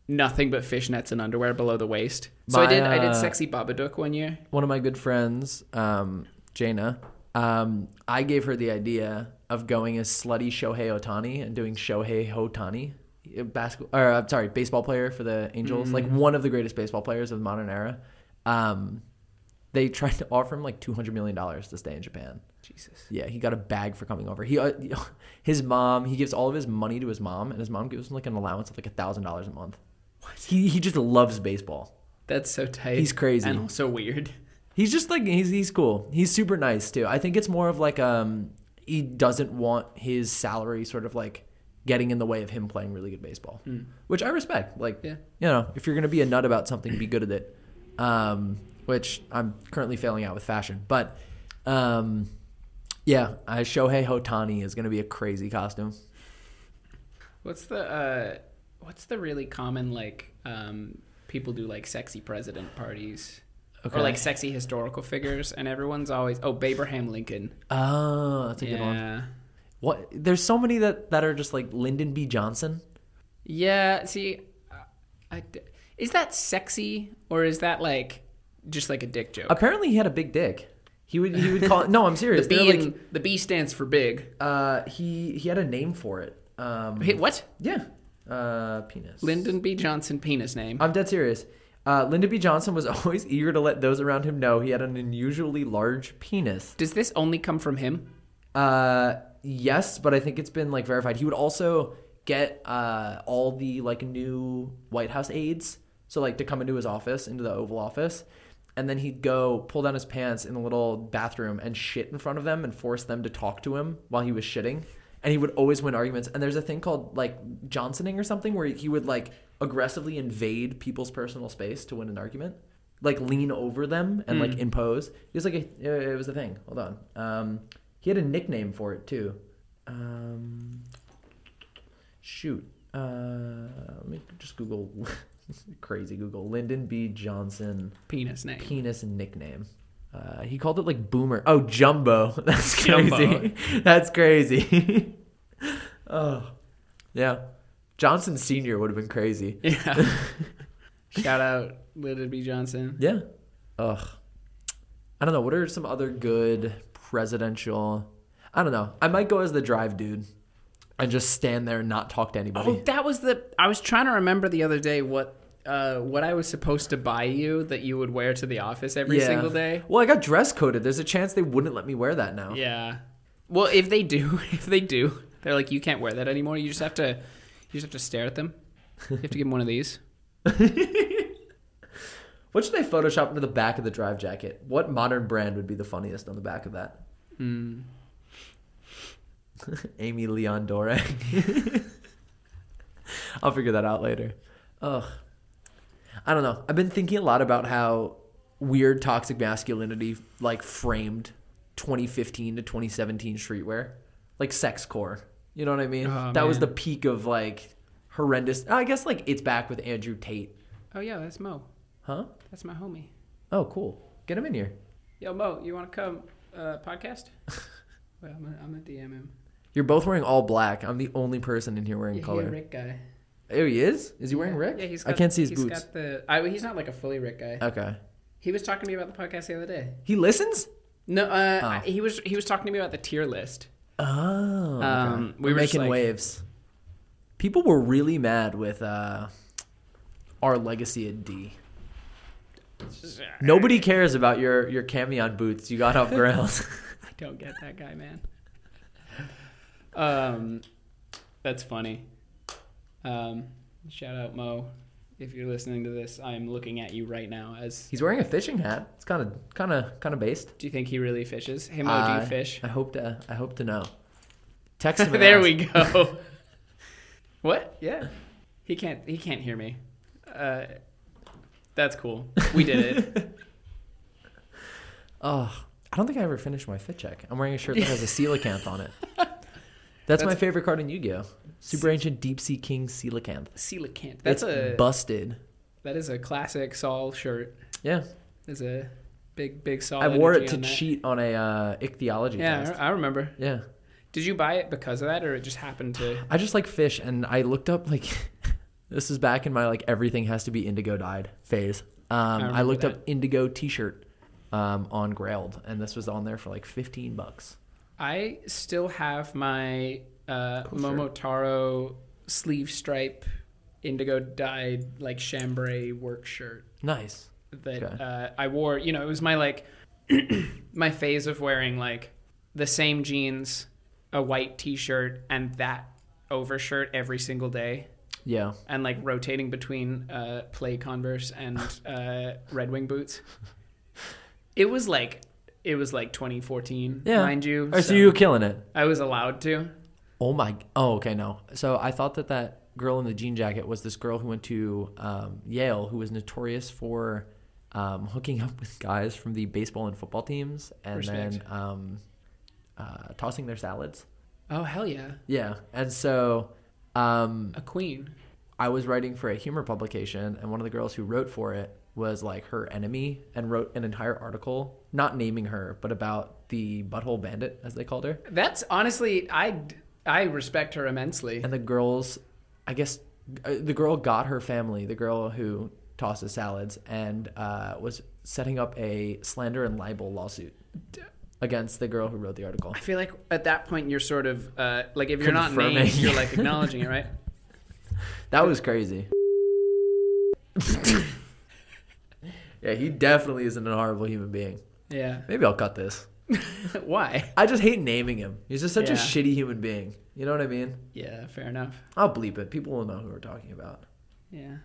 nothing but fishnets and underwear below the waist. So I
My,
did. I
uh,
did sexy Babadook one year.
one of my good friends, um, Jaina, um, I gave her the idea of going as slutty Shohei Otani and doing Shohei Otani, basketball, or I'm sorry, baseball player for the Angels, like one of the greatest baseball players of the modern era. Um, they tried to offer him like two hundred million dollars to stay in Japan.
Jesus.
Yeah, he got a bag for coming over. He, uh, his mom, he gives all of his money to his mom, and his mom gives him like an allowance of like a thousand dollars a month. He he just loves baseball.
That's so tight.
He's crazy.
and also weird.
He's just like he's he's cool. He's super nice too. I think it's more of like um he doesn't want his salary sort of like getting in the way of him playing really good baseball, which I respect. Like
Yeah.
you know, if you're gonna be a nut about something, be good at it. Um, which I'm currently failing out with fashion, but um, yeah, I, Shohei Hotani is gonna be a crazy costume.
What's the uh, what's the really common like um, people do like sexy president parties
Okay.
or like sexy historical figures, and everyone's always oh Abraham Lincoln.
Oh, that's a good one.
Yeah,
What? There's so many that that are just like Lyndon B. Johnson.
yeah. See, I- I d is that sexy or is that like just like a dick joke?
Apparently, he had a big dick. He would he would call. no, I'm serious.
the
They're
B
like-
in- the B stands for big.
Uh, he he had a name for it. Um,
Hey, what?
yeah, uh, penis.
Lyndon B. Johnson penis name.
I'm dead serious. Uh, Lyndon B. Johnson was always eager to let those around him know he had an unusually large penis.
Does this only come from him?
Uh, yes, but I think it's been like verified. He would also get uh, all the like new White House aides, so like to come into his office, into the Oval Office, and then he'd go pull down his pants in the little bathroom and shit in front of them and force them to talk to him while he was shitting. And he would always win arguments. And there's a thing called like Johnsoning or something where he would like aggressively invade people's personal space to win an argument, like lean over them and like impose. It was like a, it was a thing. Hold on. Um, he had a nickname for it too. Um, shoot. Uh, let me just Google crazy Google Lyndon B. Johnson
Penis name.
penis nickname. Uh, he called it like boomer. Oh, jumbo. That's crazy.
Jumbo.
That's crazy. oh, yeah. Johnson Senior would have been crazy.
yeah. Shout out Lyndon B. Johnson.
Yeah. Ugh. I don't know. What are some other good presidential? I don't know. I might go as the drive dude and just stand there and not talk to anybody.
Oh, that was the. I was trying to remember the other day what uh, what I was supposed to buy you that you would wear to the office every
Yeah.
single day.
Well, I got dress coded. There's a chance they wouldn't let me wear that now.
Yeah. Well, if they do, if they do, they're like, you can't wear that anymore. You just have to, you just have to stare at them. You have to give them one of these.
What should they Photoshop into the back of the drive jacket? What modern brand would be the funniest on the back of that? Hmm. Amy Leon Dore. I'll figure that out later. Ugh. I don't know. I've been thinking a lot about how weird toxic masculinity like framed 2015 to 2017 streetwear, like sex core. You know what I mean?
Oh,
that was the
man.
peak of like horrendous. I guess like it's back with Andrew Tate,
Oh yeah, that's Mo.
huh?
That's my homie.
Oh, cool. Get him in here.
Yo, Mo, you want to come uh, podcast? well, I'm gonna, I'm gonna DM him.
You're both wearing all black. I'm the only person in here wearing
Yeah, he
color.
a Rick guy.
Oh, he is? Is he wearing
yeah.
Rick?
Yeah, he's
I
got,
can't see his
he's
boots.
Got the, I, he's not like a fully Rick guy.
Okay.
He was talking to me about the podcast the other day.
He listens?
No, uh, I-
Oh.
he was he was talking to me about the tier list.
Oh. okay.
Um, we
We're
were just
making
like-
waves. People were really mad with uh, our legacy at D. Nobody cares about your, your camion boots you got off ground.
I don't get that guy, man. Um, that's funny. Um, shout out Mo, if you're listening to this, I am looking at you right now. As
he's wearing a fishing hat. It's kind of kind of kind of based.
do you think he really fishes? Hey Mo, do
Uh,
you fish?
I hope to I hope to know. Text him. and
there
ask.
we go. what? Yeah. He can't. He can't hear me. Uh, that's cool. We did it.
Oh, I don't think I ever finished my fit check. I'm wearing a shirt that has a coelacanth on it. That's, my favorite card in Yu-Gi-Oh. Super ancient deep sea king coelacanth.
Coelacanth. That's
it's
a
busted.
that is a classic Saul shirt.
Yeah,
There's a big big Saul.
I wore it
energy
to
on that.
cheat on a uh, ichthyology
Yeah,
test.
I I remember.
Yeah,
Did you buy it because of that, or it just happened to?
I just like fish, and I looked up like this is back in my like everything has to be indigo dyed phase. Um, I,
remember
looked
that.
up indigo T-shirt um, on Grailed, and this was on there for like 15 bucks.
I still have my uh,
Cool shirt.
Momotaro sleeve stripe, indigo dyed like chambray work shirt
Nice.
that
Okay.
uh, I wore. You know, it was my like my phase of wearing like the same jeans, a white T-shirt, and that overshirt every single day.
Yeah.
and like rotating between uh, play Converse and uh, Red Wing boots. It was like it was like 2014,
Yeah.
mind you.
All right, so you were killing it.
I was allowed to.
Oh my. Oh, okay. No. So I thought that that girl in the jean jacket was this girl who went to um, Yale, who was notorious for um, hooking up with guys from the baseball and football teams, and then
Respect.
um, uh, tossing their salads.
Oh hell yeah,
Yeah. And so um,
a queen.
I was writing for a humor publication, and one of the girls who wrote for it was like her enemy, and wrote an entire article not naming her, but about the butthole bandit, as they called her.
That's honestly, I I respect her immensely.
and the girls i guess uh, the girl got her family the girl who tosses salads and uh, was setting up a slander and libel lawsuit against the girl who wrote the article
I feel like at that point you're sort of uh, like if you're not named,
Confirming.
you're like acknowledging it, right?
that was crazy yeah he definitely isn't a horrible human being
Yeah.
maybe i'll cut this
Why?
I just hate naming him. He's just such a
Yeah.
shitty human being. You know what I mean?
Yeah, fair enough.
I'll bleep it. People will know who we're talking about.
Yeah.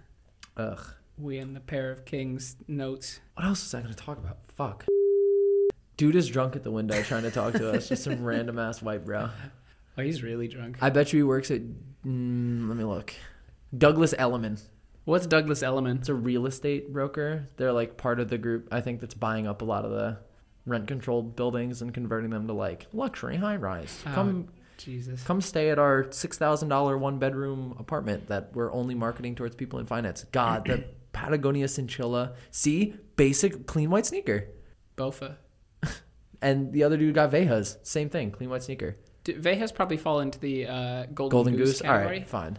Ugh.
We and the pair of kings notes.
What else was I going to talk about? Fuck. Dude is drunk at the window trying to talk to us. Just some random ass white bro.
Oh, he's really drunk.
I bet you he works at. Mm, let me look. Douglas Elliman.
What's Douglas Elliman?
It's a real estate broker. They're like part of the group I think that's buying up a lot of the rent controlled buildings and converting them to like luxury high rise. Come
Oh, Jesus.
come stay at our six thousand dollar one bedroom apartment that we're only marketing towards people in finance. God, the Patagonia Chinchilla. See, basic clean white sneaker.
Bofa.
And the other dude got Vejas. Same thing, clean white sneaker.
D- Veja's probably fall into the uh, golden,
Golden
goose,
Goose. All
category.
right, fine.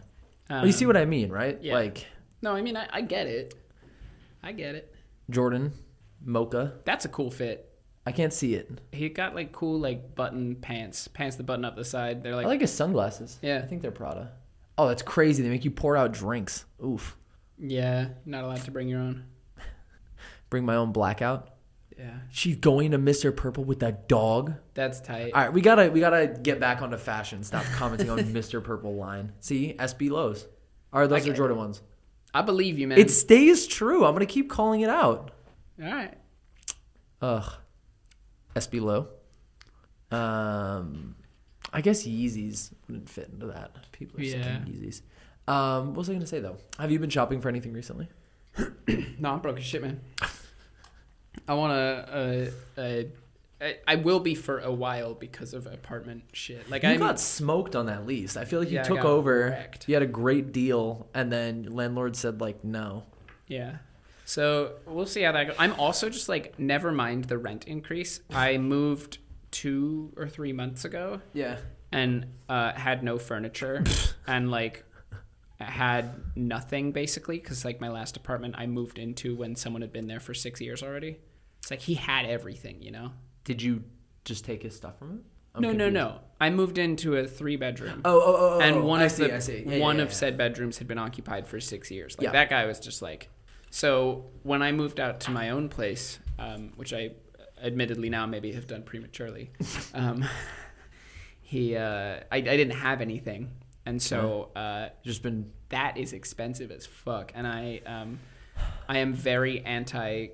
Um,
Well, you see what I mean, right?
yeah.
Like
No, I mean I, I get it. I get it.
Jordan, Mocha.
That's a cool fit.
I can't see it.
He got like cool like button pants, pants that button up the side. They're like,
I like his sunglasses.
Yeah.
I think they're Prada. Oh, that's crazy. They make you pour out drinks. Oof.
yeah, not allowed to bring your own.
Bring my own blackout.
Yeah,
She's going to Mr. Purple with that dog.
that's tight.
All right, we gotta we gotta get back onto fashion. Stop commenting on Mr. Purple line. See, SB Lows. All right, those
Okay.
are Jordan ones.
I believe you, man.
It stays true. I'm gonna keep calling it out.
all right.
Ugh. SB Low. Um, I guess Yeezys wouldn't fit into that. People are
Yeah.
sticking Yeezys. Um, what was I gonna say though? Have you been shopping for anything recently?
No, I'm broke as shit, man. I want to. Uh, uh, I- I will be for a while because of apartment shit. Like
You
I
got smoked on that lease. I feel like you
Yeah, I
took
got
over.
wrecked.
You had a great deal, and then landlord said like no.
Yeah. So we'll see how that goes. I'm also just like, never mind the rent increase. I moved two or three months ago
Yeah.
and uh, had no furniture and like had nothing basically because like my last apartment I moved into when someone had been there for six years already. It's like he had everything, you know?
Did you just take his stuff from him? I'm
no, no,
confused.
no. I moved into a three bedroom.
Oh, oh, oh, oh.
and one
I
of
see,
the
I see. Yeah,
one
yeah,
of
yeah.
said bedrooms had been occupied for six years. Like
Yeah.
that guy was just like. So when I moved out to my own place, um, which I admittedly now maybe have done prematurely, um, he uh, I, I didn't have anything, and so
Uh-huh.
uh,
just been
that is expensive as fuck. And I um, I am very anti.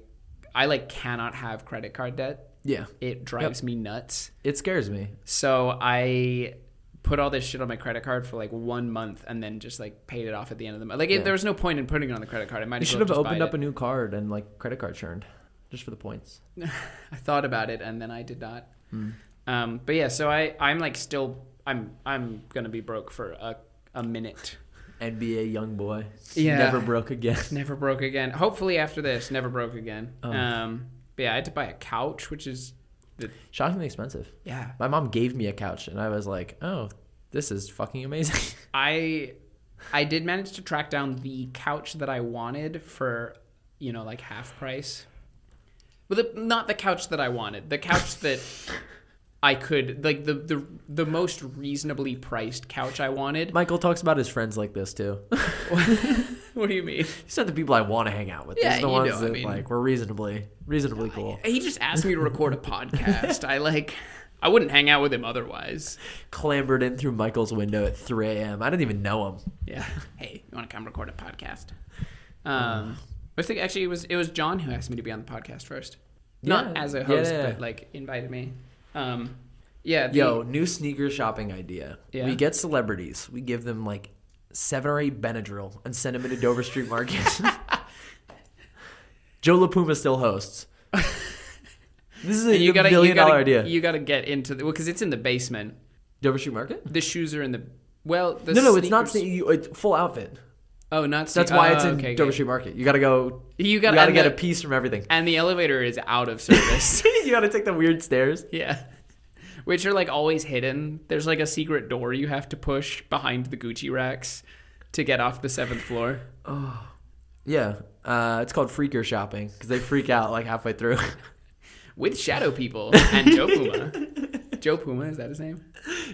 I like cannot have credit card debt.
yeah.
It drives me nuts.
It scares me.
So I put all this shit on my credit card for like one month and then just like paid it off at the end of the month. Like it,
Yeah.
there was no point in putting it on the credit card. I might
You
as
should
well
have
just
opened
buy
up a new card and like credit card churned, just for the points.
it. I thought about it and then I did not.
Hmm.
Um, but yeah, so I I'm like still I'm I'm gonna be broke for a a minute.
NBA young boy.
Yeah.
Never broke again.
Never broke again. Hopefully after this, never broke again.
Oh.
Um, but yeah, I had to buy a couch, which is the
Shockingly expensive.
yeah.
My mom gave me a couch, and I was like, oh, this is fucking amazing.
I I did manage to track down the couch that I wanted for you know like half price. Well, the, not the couch that I wanted. The couch that I could like the the the most reasonably priced couch I wanted.
Michael talks about his friends like this too.
what do you mean?
These are the people I want to hang out with.
Yeah,
These are the
you
ones
know, I
that
mean-
like were reasonably reasonably cool.
He just asked me to record a podcast. I like I wouldn't hang out with him otherwise.
Clambered in through Michael's window at 3 a.m. I didn't even know him.
Yeah. Hey, you want to come record a podcast?
Oh.
Um, I think actually it was it was John who asked me to be on the podcast first, not
Yeah.
as a
Yeah,
host,
yeah, yeah.
but like invited me. Um, yeah. The,
Yo, new sneaker shopping idea.
Yeah.
We get celebrities. We give them like seven or eight Benadryl and send them into Dover Street Market. Joe LaPuma still hosts. this is a
and you gotta, you
million
gotta,
dollar idea.
You gotta get into the well because it's in the basement.
Dover Street Market?
The shoes are in the well. The
no, no, it's not.
sneakers-
sne- you- It's full outfit.
oh, not. sne-
That's why
oh,
it's in
okay,
Dover
okay.
Street Market. You gotta go.
You
You
gotta,
gotta
and
get
the,
a piece from everything.
and the elevator is out of service.
you gotta take the weird stairs.
yeah. Which are like always hidden. There's like a secret door you have to push behind the Gucci racks to get off the seventh floor.
Yeah, uh, it's called freaker shopping because they freak out like halfway through.
with Shadow People and Joe Puma. Joe Puma is that his name?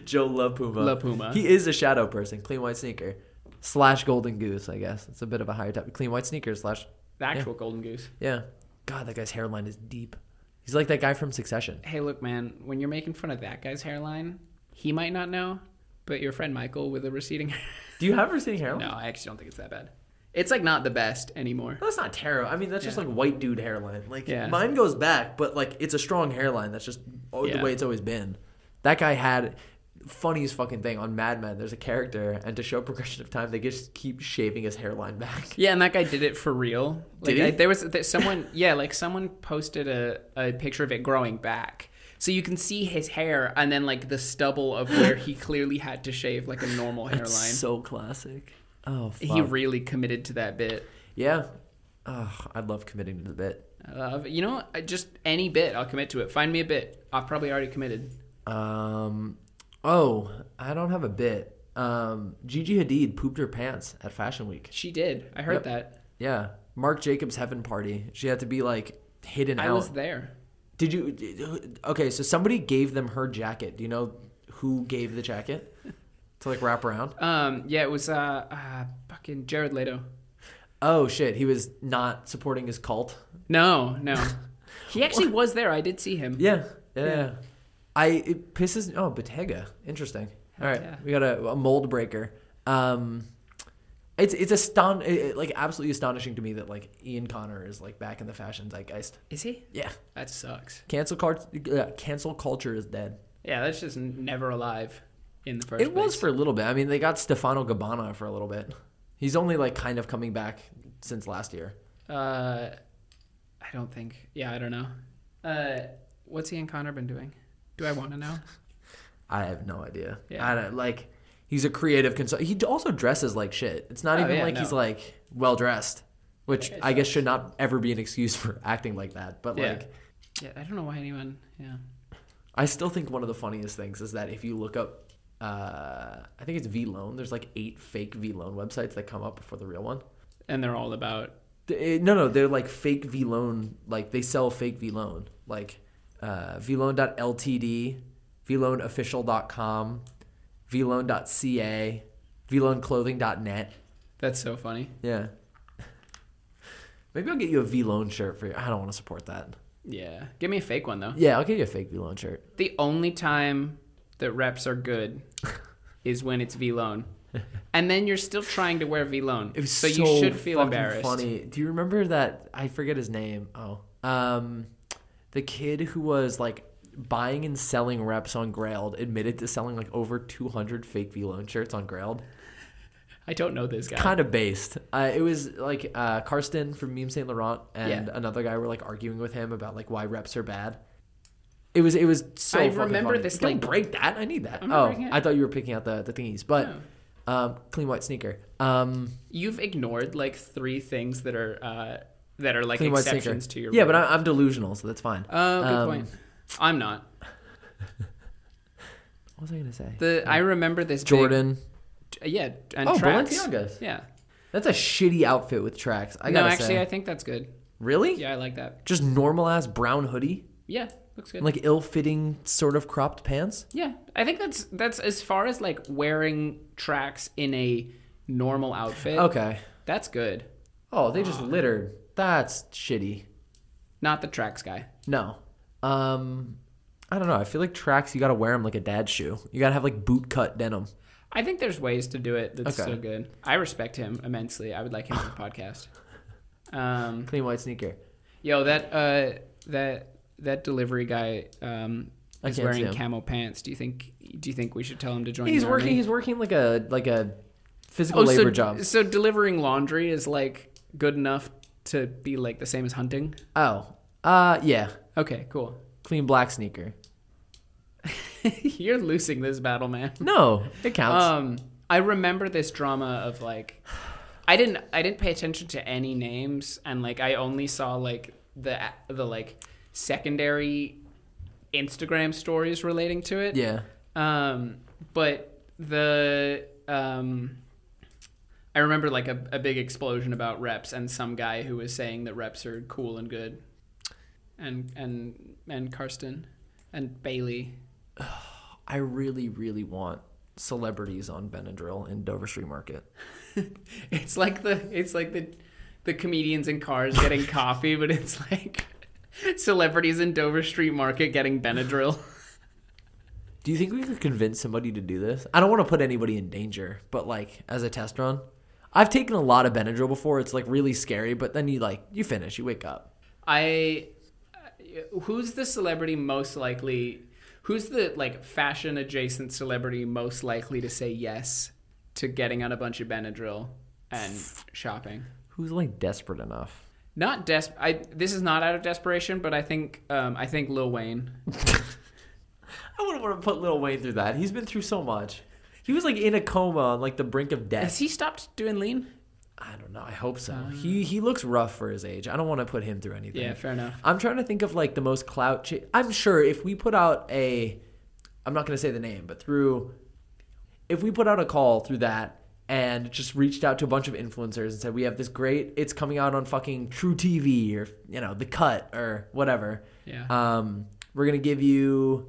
Joe La Puma.
La Puma.
He is a shadow person. Clean white sneaker slash golden goose. I guess it's a bit of a higher type. Clean white sneaker slash
The actual Golden Goose.
yeah. God, that guy's hairline is deep. He's like that guy from Succession.
Hey, look, man, when you're making fun of that guy's hairline, he might not know, but your friend Michael with a receding
Do you have receding hairline?
No, I actually don't think it's that bad. It's like not the best anymore.
That's not terrible. I mean, that's just like white dude hairline. Like
Yeah.
mine goes back, but like it's a strong hairline. That's just oh, the
Yeah.
way it's always been. That guy had funniest fucking thing on Mad Men. There's a character, and to show progression of time, they just keep shaving his hairline back.
Yeah, and that guy did it for real. Like
Did he?
I, there was there, someone, yeah, like someone posted a, a picture of it growing back. So you can see his hair and then like the stubble of where he clearly had to shave like a normal hairline.
So classic. Oh, fuck.
he really committed to that bit.
yeah. Oh, I love committing to the bit.
I love- Uh, you know, I- just any bit, I'll commit to it. Find me a bit. I've probably already committed.
Um, oh, I don't have a bit. Um, Gigi Hadid pooped her pants at Fashion Week.
She did. I heard
Yep.
that.
Yeah, Mark Jacobs' heaven party. She had to be like hidden
I
out.
was there.
Did you? Okay, so somebody gave them her jacket. Do you know who gave the jacket to like wrap around?
Um, yeah, it was uh, uh fucking Jared Leto.
Oh shit, he was not supporting his cult.
No, no. he actually was there. I did see him.
Yeah, yeah. I it pisses. Oh, Bottega. Interesting. All right,
yeah.
we got a, a mold breaker. Um, it's it's aston it- it, like absolutely astonishing to me that like Ian Connor is like back in the fashion zeitgeist.
Is he?
Yeah,
That sucks.
cancel cult uh, cancel culture is dead.
Yeah, that's just n- never alive in the first
It was
place.
for a little bit. I mean, they got Stefano Gabbana for a little bit. He's only like kind of coming back since last year.
Uh, I don't think. Yeah, I don't know. Uh, what's he and Connor been doing? Do I want to know?
I have no idea.
Yeah.
I don't like. He's a creative consultant. He also dresses like shit. It's not
Oh,
even
yeah,
like
no.
he's like well dressed, which
Yeah,
I guess should not ever be an excuse for acting like that. But
Yeah.
like,
Yeah, I don't know why anyone. Yeah.
I still think one of the funniest things is that if you look up, uh, I think it's VLoan. There's like eight fake VLoan websites that come up before the real one.
And they're all about.
Th- eh, No, no, they're like fake V loan. Like they sell fake V loan. Like uh, vloan.ltd, vloanofficial.com, vloan.ca, vloanclothing.net.
That's so funny.
Yeah. Maybe I'll get you a V loan shirt for you. I don't want to support that.
Yeah. Give me a fake one though.
Yeah, I'll get you a fake V loan shirt.
The only time that reps are good is when it's V loan. And then you're still trying to wear V loan.
It was
so,
so
you should feel
fucking
embarrassed.
Funny. Do you remember that? I forget his name. Oh, um, the kid who was like buying and selling reps on Grailed admitted to selling like over 200 fake V loan shirts on Grailed.
I don't know this guy.
Kind of based. Uh, it was like uh, Karsten from Meme Saint Laurent and
Yeah.
another guy were like arguing with him about like why reps are bad. It was it was so.
I
fucking
remember
funny.
this,
Don't
like-
break that. I need that.
I'm not
Oh,
breaking it. Oh.
I thought you were picking out the the thingies, but um, clean white sneaker. Um.
You've ignored like three things that are uh, that are like
Clean white sneaker.
exceptions to your
yeah,
rule.
but I, I'm delusional, so that's fine.
Oh, good
Um,
point. I'm not.
What was I gonna say?
The I remember this big-
Jordan.
yeah, and
Oh,
tracks.
Balenciagas.
Yeah.
That's a shitty outfit with tracks. I
no,
gotta
actually,
say.
I think that's good.
really?
Yeah, I like that.
Just normal ass brown hoodie,
Yeah, looks good.
and, like ill-fitting sort of cropped pants.
yeah, I think that's that's as far as like wearing tracks in a normal outfit.
Okay.
that's good.
Oh, they just littered. That's shitty.
Not the tracks guy.
No. Um, I don't know. I feel like tracks. You gotta wear them like a dad's shoe. You gotta have like boot cut denim.
I think there's ways to do it that's
Okay.
still good. I respect him immensely. I would like him on the podcast. Um,
Clean white sneaker.
Yo, that uh, that that delivery guy um,
I can't
is
see
wearing
him.
camo pants. Do you think? Do you think we should tell him to join?
He's
the
working.
army?
He's working like a like a physical
oh,
labor
so,
job.
So delivering laundry is like good enough to be like the same as hunting.
Oh. Uh. Yeah.
Okay, cool.
Clean black sneaker.
You're losing this battle, man.
No, it counts.
Um, I remember this drama of like, I didn't I didn't pay attention to any names, and like I only saw like the the like secondary Instagram stories relating to it.
yeah.
Um, but the um, I remember like a, a big explosion about reps and some guy who was saying that reps are cool and good, and and and Karsten and Bailey.
I really, really want celebrities on Benadryl in Dover Street Market.
It's like the it's like the the comedians in cars getting coffee, but it's like Celebrities in Dover Street Market getting Benadryl.
Do you think we could convince somebody to do this? I don't want to put anybody in danger, but like as a test run, I've taken a lot of Benadryl before. It's like really scary, but then you like you finish, you wake up.
I who's the celebrity most likely who's the like fashion adjacent celebrity most likely to say yes to getting on a bunch of Benadryl and shopping?
Who's like desperate enough?
Not des I this is not out of desperation, but I think um I think Lil Wayne.
I wouldn't want to put Lil Wayne through that. He's been through so much. He was like in a coma on like the brink of
Has
death.
he stopped doing lean?
I don't know. I hope so. He he looks rough for his age. I don't want to put him through anything.
Uh, Yeah, fair enough.
I'm trying to think of like the most clout. Cha- I'm sure if we put out a, I'm not gonna say the name, but through, if we put out a call through that and just reached out to a bunch of influencers and said we have this great, it's coming out on fucking True TV or you know the Cut or whatever.
Yeah.
Um, we're gonna give you,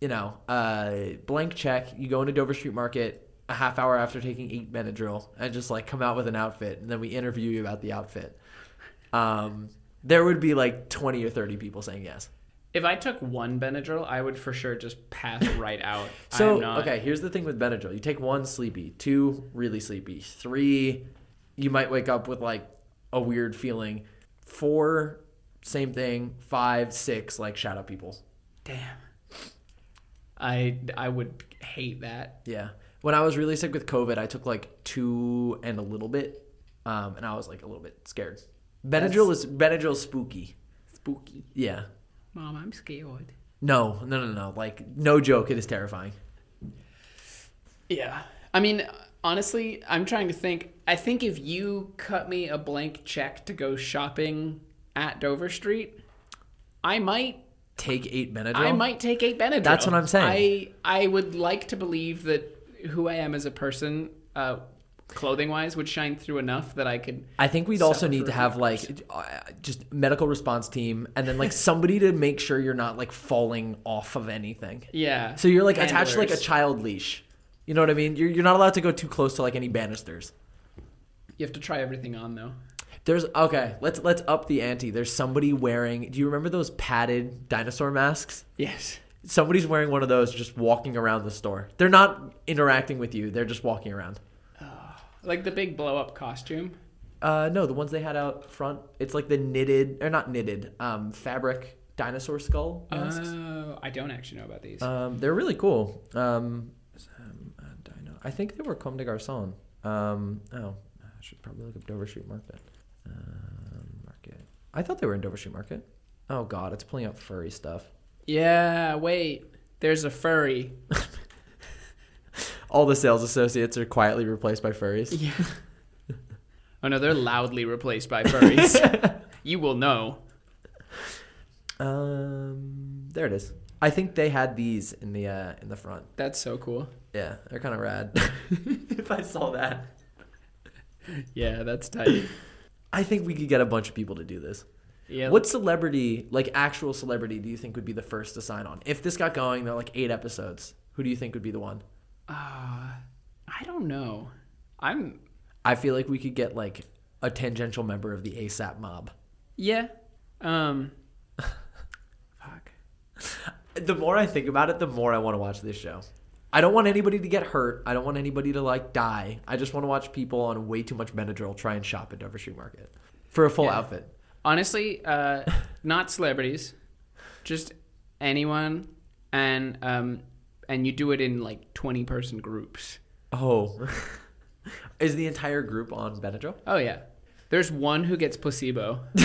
you know, a blank check. You go into Dover Street Market a half hour after taking eight Benadryl and just like come out with an outfit, and then we interview you about the outfit. Um, there would be like twenty or thirty people saying yes.
If I took one Benadryl, I would for sure just pass right out.
So
I'm not,
okay, here's the thing with Benadryl: you take one, sleepy; two, really sleepy; three, you might wake up with like a weird feeling; four, same thing; five, six, like shout out people.
Damn. I I would hate that.
Yeah. When I was really sick with COVID, I took like two and a little bit, um, and I was like a little bit scared. Benadryl is Benadryl's spooky.
Spooky.
Yeah.
Mom, I'm scared.
No, no, no, no. Like no joke, it is terrifying.
Yeah. I mean, honestly, I'm trying to think. I think if you cut me a blank check to go shopping at Dover Street, I might
Take eight Benadryl.
I might take eight Benadryl.
That's what I'm saying.
I I would like to believe that who I am as a person, uh, clothing wise, would shine through enough that I could.
I think we'd also
Suffer
need to
for
have like uh, just medical response team, and then like somebody to make sure you're not like falling off of anything.
Yeah.
So you're like attached to like a
Handlers.
child leash. You know what I mean? You're you're not allowed to go too close to like any banisters.
You have to try everything on though.
There's okay. Let's let's up the ante. There's somebody wearing. Do you remember those padded dinosaur masks?
Yes.
Somebody's wearing one of those, just walking around the store. They're not interacting with you. They're just walking around.
Like the big blow up costume.
Uh, no, the ones they had out front. It's like the knitted or not knitted, um, fabric dinosaur skull masks.
Oh, I don't actually know about these.
Um, they're really cool. Um, um, uh, dino. I think they were Comme des Garçons. Um, oh, I should probably look up Dover Street Market. Um, market. I thought they were in Dover Street Market. Oh God, it's pulling up furry stuff.
yeah. Wait. There's a furry.
All the sales associates are quietly replaced by furries.
Yeah. oh no, they're loudly replaced by furries. you will know.
Um, there it is. I think they had these in the uh, in the front.
That's so cool.
Yeah, they're kind of rad. if I saw that,
Yeah, that's tight.
I think we could get a bunch of people to do this.
Yeah.
What celebrity, like actual celebrity, do you think would be the first to sign on? If this got going, there are like eight episodes. Who do you think would be the one?
Ah, I don't know. I'm.
I feel like we could get like a tangential member of the ASAP mob.
Yeah. Um. fuck.
The more I think about it, the more I want to watch this show. I don't want anybody to get hurt. I don't want anybody to like die. I just want to watch people on way too much Benadryl try and shop at Dover Street Market for a full
Yeah.
outfit.
Honestly, uh, not celebrities, just anyone, and um, and you do it in like twenty person groups.
Oh. Is the entire group on Benadryl?
Oh yeah. There's one who gets placebo.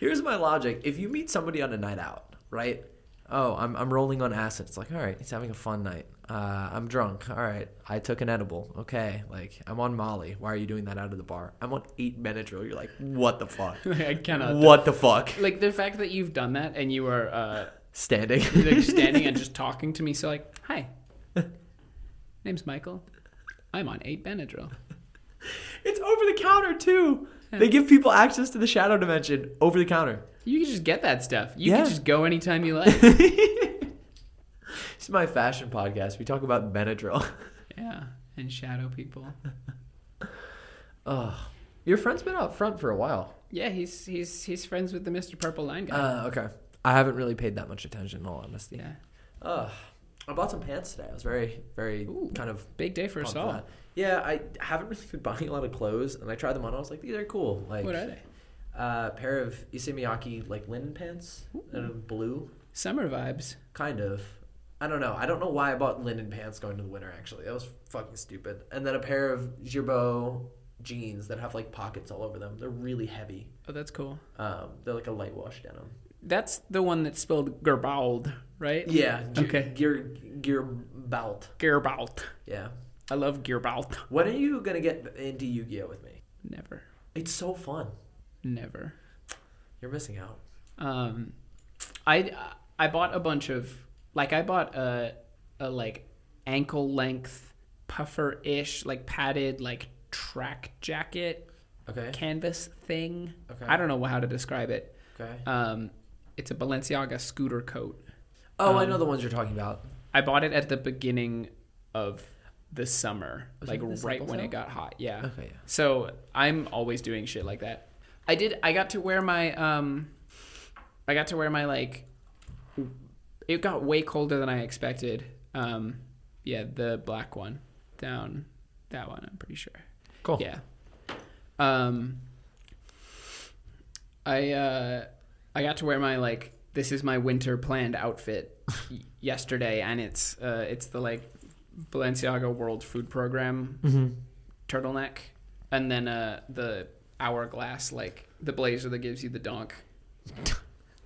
Here's my logic. If you meet somebody on a night out, right? Oh, I'm, I'm rolling on acid. It's like, all right, he's having a fun night. Uh, I'm drunk. All right, I took an edible. Okay, like, I'm on Molly. Why are you doing that out of the bar? I'm on eight Benadryl. You're like, what the fuck?
I cannot.
what the fuck?
Like the fact that you've done that and you are uh,
Standing.
like standing and just talking to me, so like, hi, name's Michael. I'm on eight Benadryl.
it's over the counter, too. They give people access to the shadow dimension over the counter.
You can just get that stuff. You
Yeah.
can just go anytime you like.
This is my fashion podcast. We talk about Benadryl.
yeah, and shadow people.
Oh, Your friend's been out front for a while.
Yeah, he's he's he's friends with the Mr. Purple Line guy.
Uh, okay. I haven't really paid that much attention, in all honesty.
yeah,
Ugh. I bought some pants today. I was very, very kind of
big day for us
pumped for
all.
that. Yeah, I haven't really been buying a lot of clothes, and I tried them on. I was like, these are cool. Like,
What are they?
Uh, pair of Isemiyaki like linen pants, uh, blue,
Summer vibes.
kind of. I don't know. I don't know why I bought linen pants going to the winter. Actually, that was fucking stupid. And then a pair of Girbeau jeans that have like pockets all over them. They're really heavy.
Oh, that's cool.
Um, they're like a light wash denim.
That's the one that's spelled Gerbaud, right?
Yeah. Gi-
Okay.
Gear gear belt.
Gerbaud.
Yeah.
I love Gerbaud.
When are you gonna get into Yu-Gi-Oh with me?
Never,
It's so fun.
never.
You're missing out.
Um, I I bought a bunch of like I bought a a like ankle length puffer ish like padded like track jacket
Okay.
canvas thing.
Okay.
I don't know how to describe it.
Okay.
Um, it's a Balenciaga scooter coat.
Oh, I know the ones you're talking about.
I bought it at the beginning of the summer, like
it the
right
cycle
when
sale?
it got hot. Yeah.
Okay, yeah.
So I'm always doing shit like that. I did. I got to wear my um, I got to wear my like. It got way colder than I expected. Um, yeah, the black one down, that one. I'm pretty sure.
Cool.
Yeah. Um, I uh, I got to wear my like this is my winter planned outfit y- yesterday, and it's uh, it's the like Balenciaga World Food Program turtleneck, and then uh, the hourglass like the blazer that gives you the donk.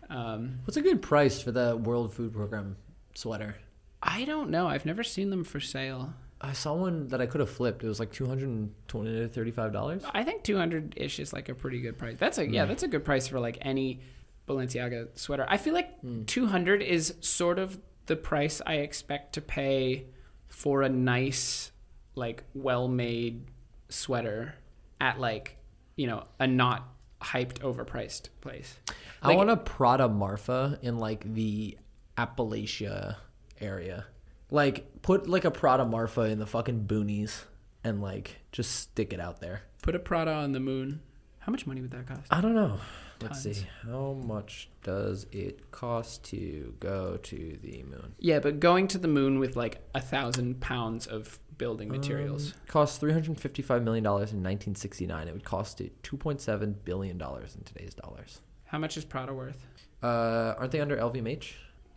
Um,
What's a good price for the World Food Program sweater?
I don't know. I've never seen them for sale.
I saw one that I could have flipped. It was like two hundred and twenty to thirty-five dollars.
I think 200 ish is like a pretty good price. That's a yeah, that's a good price for like any Balenciaga sweater. I feel like 200 is sort of the price I expect to pay for a nice like well-made sweater at like, you know, a not hyped overpriced place.
I want a Prada Marfa in like the Appalachia area. Like put like a Prada Marfa in the fucking boonies and like just stick it out there.
Put a Prada on the moon. How much money would that cost?
I don't know. Let's see. How much does it cost to go to the moon?
Yeah, but going to the moon with like a thousand pounds of building
Um,
materials.
Cost three hundred fifty-five million dollars in nineteen sixty-nine. It would cost it two point seven billion dollars in today's dollars.
How much is Prada worth?
Uh, aren't they under LVMH?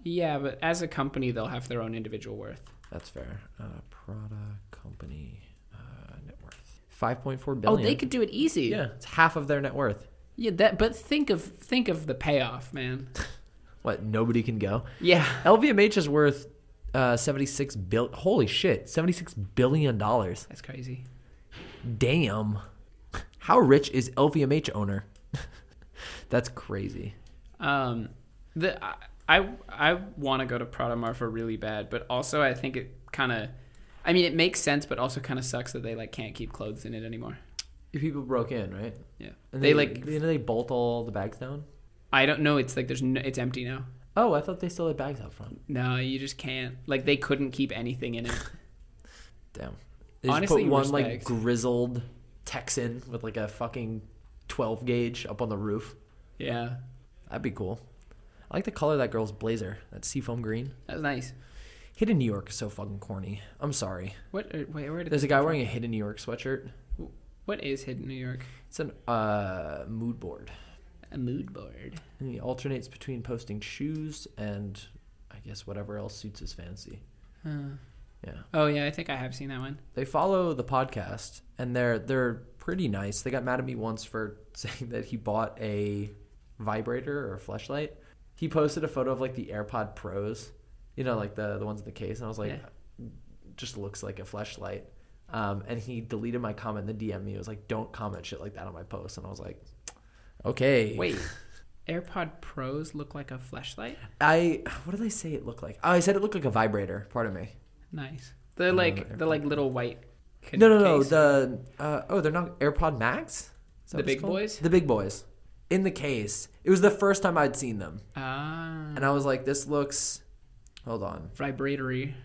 Yeah, but as a company, they'll have their own individual worth.
That's fair. Uh, Prada company uh, net worth five point four
Oh,
billion.
they could do it easy.
Yeah, it's half of their net worth.
yeah. That, but think of think of the payoff, man.
What? Nobody can go.
Yeah,
LVMH is worth uh, seventy-six bill. Holy shit, seventy-six billion dollars.
that's crazy.
Damn. How rich is LVMH owner? That's crazy.
Um, the I I, I want to go to Prada Marfa really bad, but also I think it kind of, I mean, it makes sense, but also kind of sucks that they like can't keep clothes in it anymore.
People broke in, right?
Yeah,
And
they, like
you know, they bolt all the bags down.
I don't know. It's like there's no, it's empty now.
Oh, I thought they still had bags out front.
No, you just can't. Like they couldn't keep anything in it.
Damn. They just
Honestly,
put one
rich
like
bags.
grizzled Texan with like a fucking twelve gauge up on the roof.
yeah,
That'd be cool. I like the color of that girl's blazer, that seafoam green.
that was nice.
Hidden New York is so fucking corny. I'm sorry.
What? uh, Wait, where did
There's a guy wearing a Hidden New York sweatshirt.
What is Hidden New York?
It's an uh, mood board.
A mood board.
And he alternates between posting shoes and I guess whatever else suits his fancy. Yeah.
Oh yeah, I think I have seen that one.
They follow the podcast and they're they're pretty nice. They got mad at me once for saying that he bought a vibrator or a flashlight. He posted a photo of like the AirPod Pros, you know, like the the ones in the case, and I was like,
Yeah.
just looks like a flashlight. Um, and he deleted my comment. Then DM me. It was like, don't comment shit like that on my post. And I was like, okay.
Wait, AirPod Pros look like a flashlight.
I what did I say it looked like? Oh, I said it looked like a vibrator. Pardon me.
Nice. They're like they're like little white. ca-
No, no, no.
case.
The uh, oh, they're not AirPod Max. Is that
The
what it's
big
called?
boys?
The big boys. In the case, it was the first time I'd seen them,
ah
and I was like, "This looks." Hold on.
vibratory.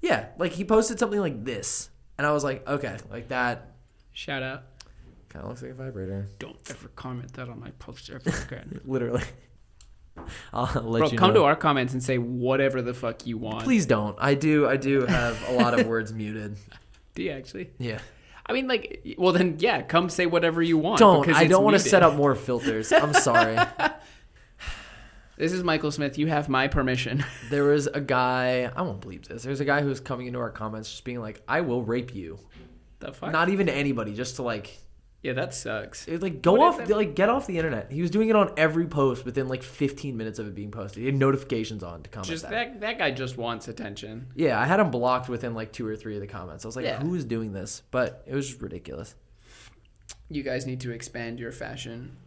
Yeah, like he posted something like this, and I was like, "Okay, like that."
Shout out.
Kind of looks like a vibrator.
Don't ever comment that on my poster. Brad.
Literally. I'll let
Bro,
you
come
know.
to our comments and say whatever the fuck you want.
Please don't. I do. I do have a lot of words muted.
Do you actually?
Yeah.
I mean, like, well, then, yeah, come say whatever you want.
Don't.
because
I
it's
don't want to
needed.
set up more filters. I'm sorry.
This is Michael Smith. You have my permission.
there was a guy. I won't bleep this. There's a guy who was coming into our comments just being like, "I will rape you."
the fuck?
Not even to anybody, just to like,
yeah, that sucks.
it- like go
What is
off,
that?
like get off the internet. He was doing it on every post within like 15 minutes of it being posted. He had notifications on to comment
Just
that.
that that guy just wants attention.
Yeah, I had him blocked within like two or three of the comments. I was like,
Yeah.
"Who is doing this?" But it was just ridiculous.
You guys need to expand your fashion.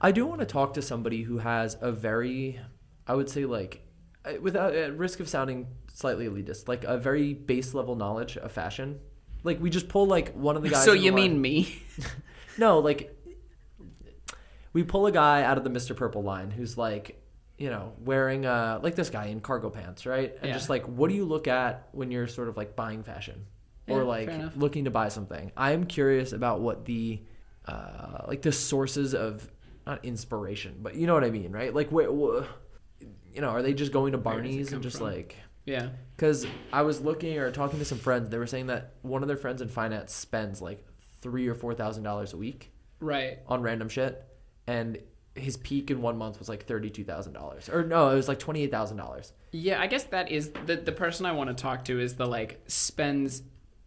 I do want to talk to somebody who has a very, I would say, like, I- without at risk of sounding slightly elitist, like a very base level knowledge of fashion. Like we just pull like one of the guys.
so
in the
you
line-
mean me?
no? Like we pull a guy out of the Mister Purple line who's like, you know, wearing uh like this guy in cargo pants, right? And
Yeah.
just like, what do you look at when you're sort of like buying fashion or
Yeah,
like
fair enough.
looking to buy something? I'm curious about what the uh, like the sources of not inspiration, but you know what I mean, right? Like, where, wh- you know, are they just going to
does it
Barney's
come
and just
from?
like?
yeah.
Because I was looking or talking to some friends, they were saying that one of their friends in finance spends like three or four thousand dollars a week
Right.
on random shit, and his peak in one month was like thirty two thousand dollars, or no, it was like twenty eight thousand dollars.
Yeah, I guess that is the the person I want to talk to is the like spends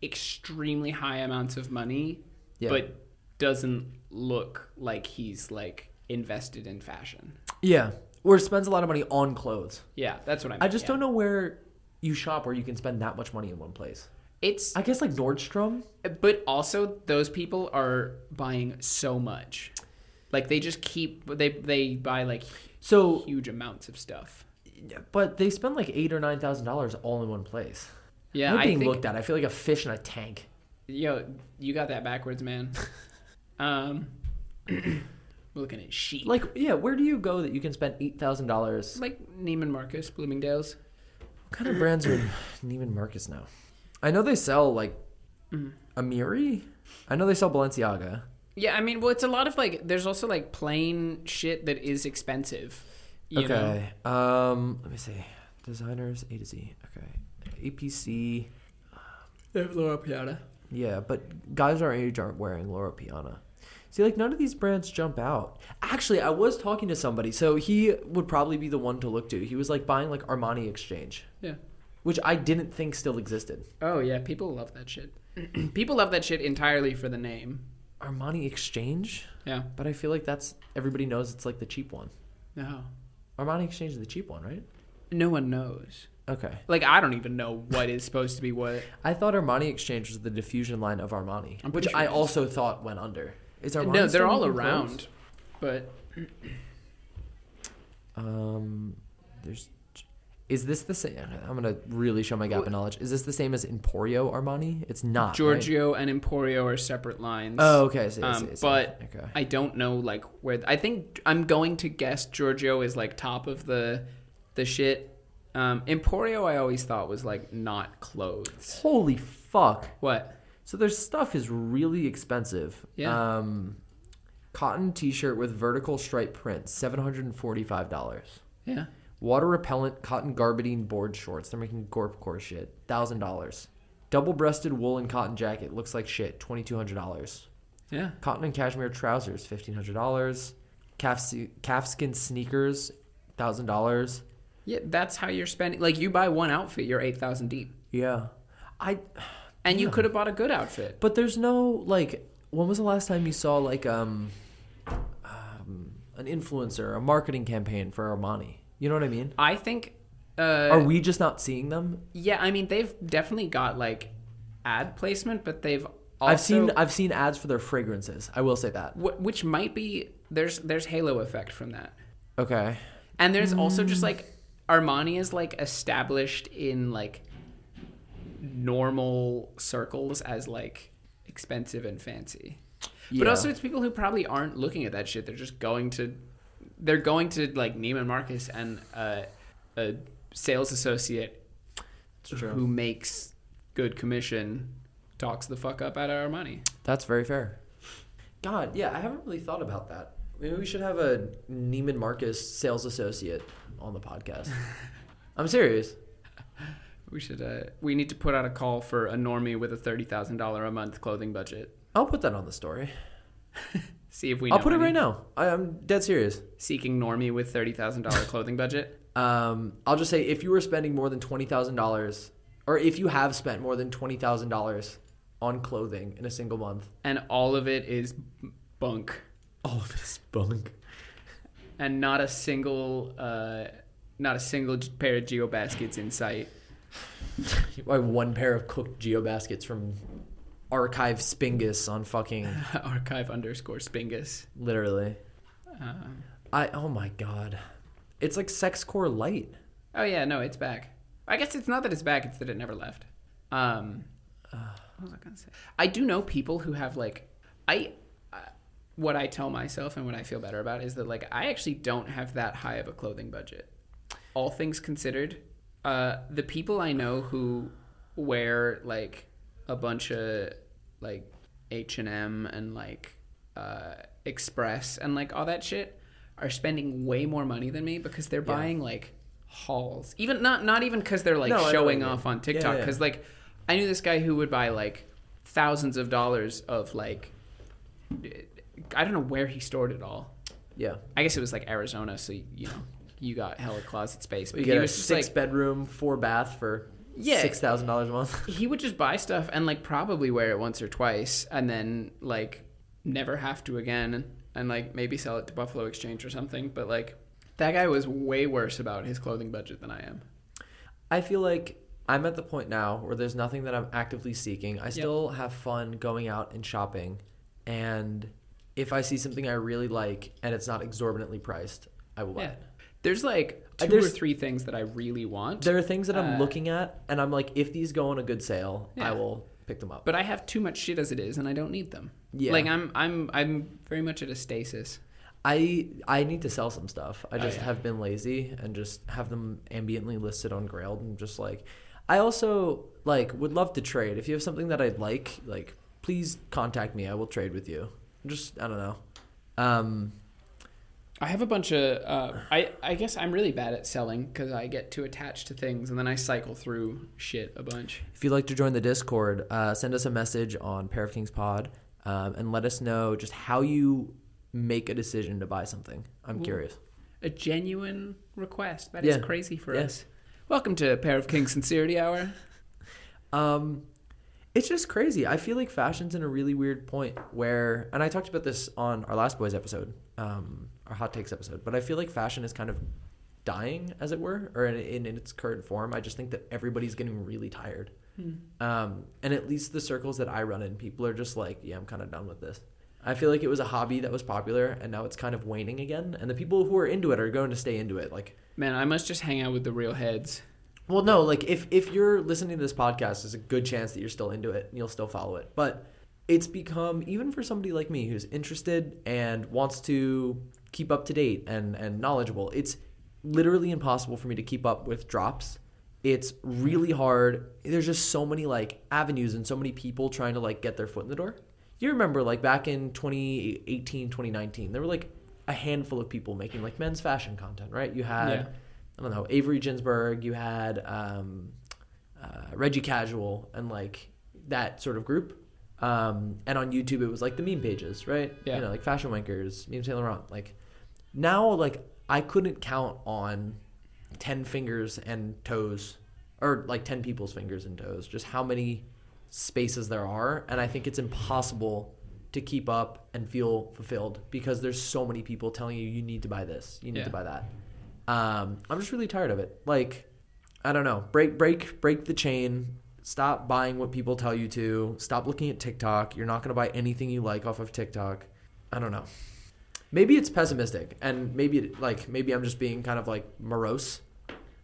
extremely high amounts of money,
Yeah.
but doesn't look like he's like invested in fashion.
Yeah, or spends a lot of money on clothes.
Yeah, that's what I mean.
I just
yeah.
don't know where you shop where you can spend that much money in one place.
It's
I guess like Nordstrom.
but also those people are buying so much. Like they just keep they they buy like
So,
huge amounts of stuff.
but they spend like eight or nine thousand dollars all in one place.
Yeah,
We're
I
being
think
looked at. I feel like a fish in a tank.
yo, you got that backwards, man. um we're looking at sheep.
Like, yeah, where do you go that you can spend eight thousand dollars?
like Neiman Marcus, Bloomingdale's.
What kind of brands are in Neiman Marcus now? I know they sell like
Mm.
Amiri. I know they sell Balenciaga.
Yeah, I mean, well, it's a lot of like. There's also like plain shit that is expensive. You Know?
okay. Um, let me see. Designers A to Z. Okay. APC.
They have Laura Piana.
Yeah, but guys our age aren't wearing Loro Piana. See, like none of these brands jump out. Actually, I was talking to somebody, so he would probably be the one to look to. He was like buying like Armani Exchange,
Yeah.
which I didn't think still existed.
Oh yeah, people love that shit. people love that shit entirely for the name.
Armani Exchange,
Yeah.
but I feel like that's everybody knows it's like the cheap one.
No.
Armani Exchange is the cheap one, right?
No one knows.
Okay.
Like I don't even know what is supposed to be what.
I thought Armani Exchange was the diffusion line of Armani,
I'm
which
pretty sure
I
it is.
also thought went under. Is Armani still
no, they're all
making
around. But
clothes? Um, there's. Is this the same? I'm gonna really show my gap in knowledge. Is this the same as Emporio Armani? It's not. right?
Giorgio and Emporio are separate lines.
Oh, okay. I see, I see,
Um,
I see.
but
okay.
I don't know like where I think I'm going to guess Giorgio is like top of the the shit. Um, Emporio I always thought was like not clothes.
Holy fuck!
What?
So their stuff is really expensive.
Yeah.
Um, cotton T-shirt with vertical stripe print, seven hundred and forty-five dollars.
Yeah.
Water repellent cotton garbadine board shorts. They're making gorp core shit. Thousand dollars. Double breasted woolen cotton jacket looks like shit. Twenty two hundred dollars.
Yeah.
Cotton and cashmere trousers. Fifteen hundred dollars. Calf se- calfskin sneakers. Thousand dollars.
Yeah, that's how you're spending like you buy one outfit, you're 8,000 deep.
Yeah. I.
And you could have bought a good outfit.
But there's no like. When was the last time you saw like um, um an influencer, a marketing campaign for Armani? You know what I mean?
I think uh
Are we just not seeing them?
yeah, I mean they've definitely got like ad placement, but they've also
I've seen I've seen ads for their fragrances. I will say that.
wh- which might be there's there's halo effect from that.
Okay.
And there's also
Mm.
just like Armani is like established in like normal circles as like expensive and fancy. But
Yeah.
also it's people who probably aren't looking at that shit. They're just going to they're going to like Neiman Marcus and uh, a sales associate who makes good commission talks the fuck up out of Armani.
That's very fair. God, yeah, I haven't really thought about that. Maybe we should have a Neiman Marcus sales associate on the podcast. I'm serious.
We should. Uh, we need to put out a call for a normie with a thirty thousand dollar a month clothing budget.
I'll put that on the story.
See if we.
I'll
know
put it
any.
right now. I, I'm dead serious.
Seeking normie with thirty thousand dollar clothing budget.
Um, I'll just say if you were spending more than twenty thousand dollars, or if you have spent more than twenty thousand dollars on clothing in a single month,
and all of it is bunk
all of it is bunk.
and not a single uh, not a single j- pair of geo baskets in sight
I have one pair of cooked geo baskets from Archive Spingus on fucking
archive underscore spingus
literally.
um,
I oh my god, it's like sex core light.
oh yeah no it's back i guess it's not that it's back it's that it never left um, what was i gonna say i do know people who have like i uh, what i tell myself and what i feel better about is that like i actually don't have that high of a clothing budget all things considered, uh, the people I know who wear like a bunch of like H and M and like uh, Express and like all that shit are spending way more money than me because they're buying like hauls. Even not not even because they're like
No, I know what
showing
you mean.
off on
Yeah,
TikTok.
yeah.
Because like I knew this guy who would buy like thousands of dollars of like I don't know where he stored it all.
Yeah,
I guess it was like Arizona, so you know you got hella closet space. But
you
he
get a
was just
six
like
bedroom, four bath for
Yeah.
six thousand dollars a month.
he would just buy stuff and like probably wear it once or twice, and then like never have to again, and like maybe sell it to Buffalo Exchange or something. But like that guy was way worse about his clothing budget than I am.
I feel like I'm at the point now where there's nothing that I'm actively seeking. I still have fun going out and shopping. And if I see something I really like and it's not exorbitantly priced, I will buy it.
there's like two or
Uh, there's-
three things that I really want,
There are things that I'm
Uh,
looking at and I'm like, if these go on a good sale,
Yeah.
I will pick them up.
but I have too much shit as it is, and I don't need them.
Yeah.
like I'm I'm I'm very much at a stasis.
I I need to sell some stuff. I just
yeah.
have been lazy and just have them ambiently listed on Grailed and just like I also like would love to trade. If you have something that I'd like, like please contact me. I will trade with you. Just I don't know. Um
I have a bunch of. Uh, I I guess I'm really bad at selling because I get too attached to things, and then I cycle through shit a bunch.
if you'd like to join the Discord, uh, send us a message on Pair of Kings Pod um, and let us know just how you make a decision to buy something. I'm curious.
A genuine request that is
Yeah.
crazy for
Yeah.
us. Welcome to Pair of Kings Sincerity Hour.
Um, it's just crazy. I feel like fashion's in a really weird point where, and I talked about this on our last boys episode, um, our hot takes episode, but I feel like fashion is kind of dying, as it were, or in, in, in its current form. I just think that everybody's getting really tired. Um, and at least the circles that I run in, people are just like, yeah, I'm kind of done with this. I feel like it was a hobby that was popular and now it's kind of waning again. And the people who are into it are going to stay into it. Like,
Man, I must just hang out with the real heads.
well, no, like if if you're listening to this podcast, there's a good chance that you're still into it and you'll still follow it. But it's become even for somebody like me who's interested and wants to keep up to date and and knowledgeable. It's literally impossible for me to keep up with drops. It's really hard. There's just so many like avenues and so many people trying to like get their foot in the door. You remember like back in 2018, 2019, there were like a handful of people making like men's fashion content, right? You had
Yeah.
I don't know, Avery Ginsburg, you had um, uh, Reggie Casual, and like that sort of group. Um, and on YouTube, it was like the meme pages, right?
Yeah.
You know, like Fashion Wankers, Meme Saint Laurent. Like now, like I couldn't count on 10 fingers and toes, or like 10 people's fingers and toes, just how many spaces there are. And I think it's impossible to keep up and feel fulfilled because there's so many people telling you, you need to buy this, you need to
Yeah.
buy that. Um, I'm just really tired of it. Like, I don't know. Break, break, break the chain. Stop buying what people tell you to. Stop looking at TikTok. You're not going to buy anything you like off of TikTok. I don't know. Maybe it's pessimistic, and maybe it, like maybe I'm just being kind of like morose,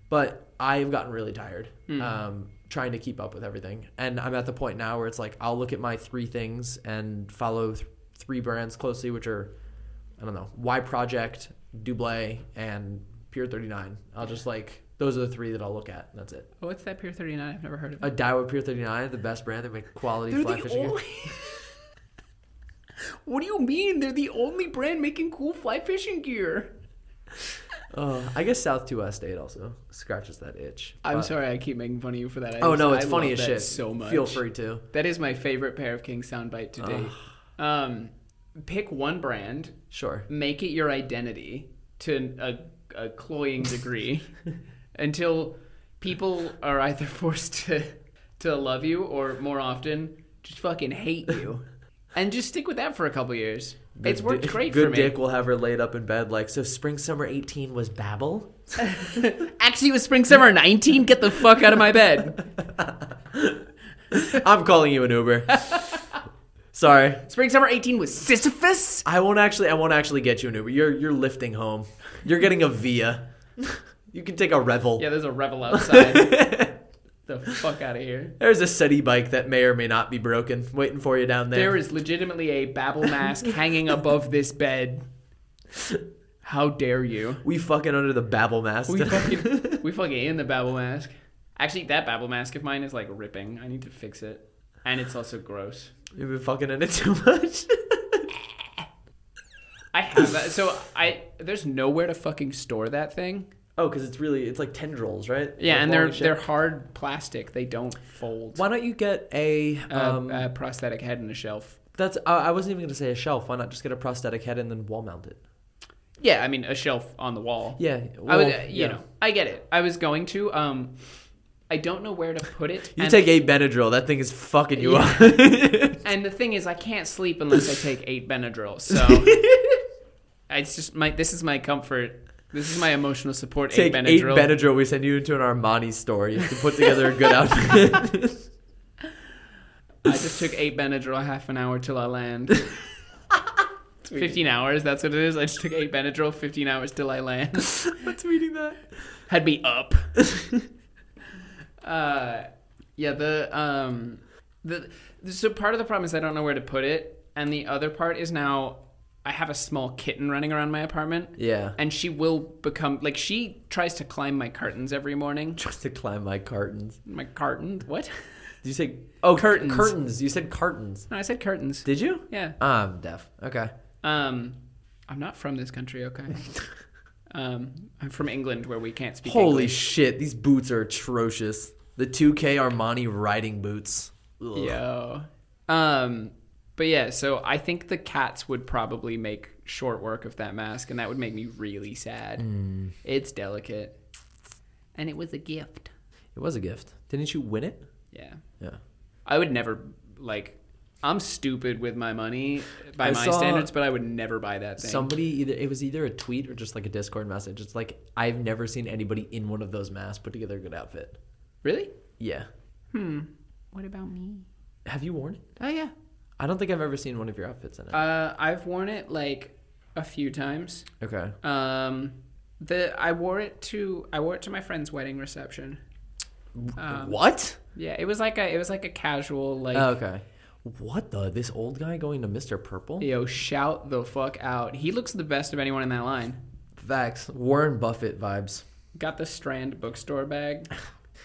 but I've gotten really tired
Hmm.
um, trying to keep up with everything, and I'm at the point now where it's like I'll look at my three things and follow th- three brands closely, which are I don't know Y Project, Dublé, and Pure 39. I'll just like those are the three that I'll look at. And that's it.
Oh, what's that Pier 39? I've never heard of it.
A Daiwa Pure 39, the best brand. They make quality fly fishing. gear.
What do you mean? They're the only brand making cool fly fishing gear.
Oh, I guess South to West State also scratches that itch.
I'm
but-
sorry I keep making fun of you for that. I
Oh
just-
no, it's
I
funny
love
as
that
shit.
So much.
Feel free to.
That is my favorite pair of King soundbite to date. Um, pick one brand,
Sure.
make it your identity to a, a cloying degree, until people are either forced to to love you or more often just fucking hate you, and just stick with that for a couple years. it's worked
Good dick-
great
Good
for me.
dick will have her laid up in bed like so. Spring summer eighteen was Babel.
Actually, it was spring summer '19. Get the fuck out of my bed.
I'm calling you an Uber. Sorry,
Spring summer '18 was Sisyphus.
I won't actually. I won't actually get you an Uber. You're you're lifting home. You're getting a Via. You can take a Revel.
Yeah, there's a revel outside. the fuck out of here.
There's a city bike that may or may not be broken, waiting for you down there.
There is legitimately a babble mask hanging above this bed. How dare you?
we fucking under the Babel mast.
We fucking, we fucking in the babble mask. Actually, that babble mask of mine is like ripping. I need to fix it. And it's also gross.
You've been fucking in it too much.
I have that. So I there's nowhere to fucking store that thing.
oh, because it's really it's like tendrils, right?
Yeah,
Like
and
long
they're
shit.
they're hard plastic. They don't fold.
Why don't you get a? Um,
Um, a prosthetic head and a shelf.
that's I I wasn't even gonna say a shelf. Why not just get a prosthetic head and then wall mount it?
Yeah, I mean a shelf on the wall.
Yeah,
I was,
well,
uh, you
yeah.
know, I get it. I was going to. Um, I don't know where to put it.
You
and,
take eight Benadryl, that thing is fucking you
Yeah.
up.
and the thing is, I can't sleep unless I take eight Benadryl. So it's just my. This is my comfort. This is my emotional support.
take
eight
eight
Benadryl.
Benadryl, we send you into an Armani store. You have to put together a good outfit.
I just took eight Benadryl half an hour till I land. Fifteen hours. That's what it is. I just took eight Benadryl. Fifteen hours till I land.
What's reading that?
had me up. uh, yeah, the um, the so part of the problem is I don't know where to put it, and the other part is now I have a small kitten running around my apartment.
Yeah.
and she will become like she tries to climb my curtains every morning.
Just to climb my cartons.
My curtain? What?
Did you say oh
Curtains.
Curtains. You said cartons.
No, I said curtains.
Did you?
yeah.
I'm deaf. Okay.
Um, I'm not from this country. Okay. Um, I'm from England, where we can't speak.
Holy
English.
shit! These boots are atrocious. The 2K Armani riding boots. Ugh.
Yo. Um, but yeah, so I think the cats would probably make short work of that mask, and that would make me really sad.
Mm.
It's delicate. And it was a gift.
It was a gift. Didn't you win it?
Yeah.
Yeah.
I would never, like, I'm stupid with my money by
I
my
saw
standards, but I would never buy that thing.
Somebody either it was either a tweet or just like a Discord message. It's like I've never seen anybody in one of those masks put together a good outfit.
really?
Yeah.
What about me?
Have you worn it?
Oh, yeah.
I don't think I've ever seen one of your outfits in it.
Uh, I've worn it, like, a few times.
okay.
Um, the I wore it to I wore it to my friend's wedding reception. um,
what? Oh,
Yeah, it was like a it was like a casual like
okay. What the? This old guy going to Mr. Purple?
yo shout the fuck out. He looks the best of anyone in that line.
Facts. Warren Buffett vibes.
Got the Strand bookstore bag.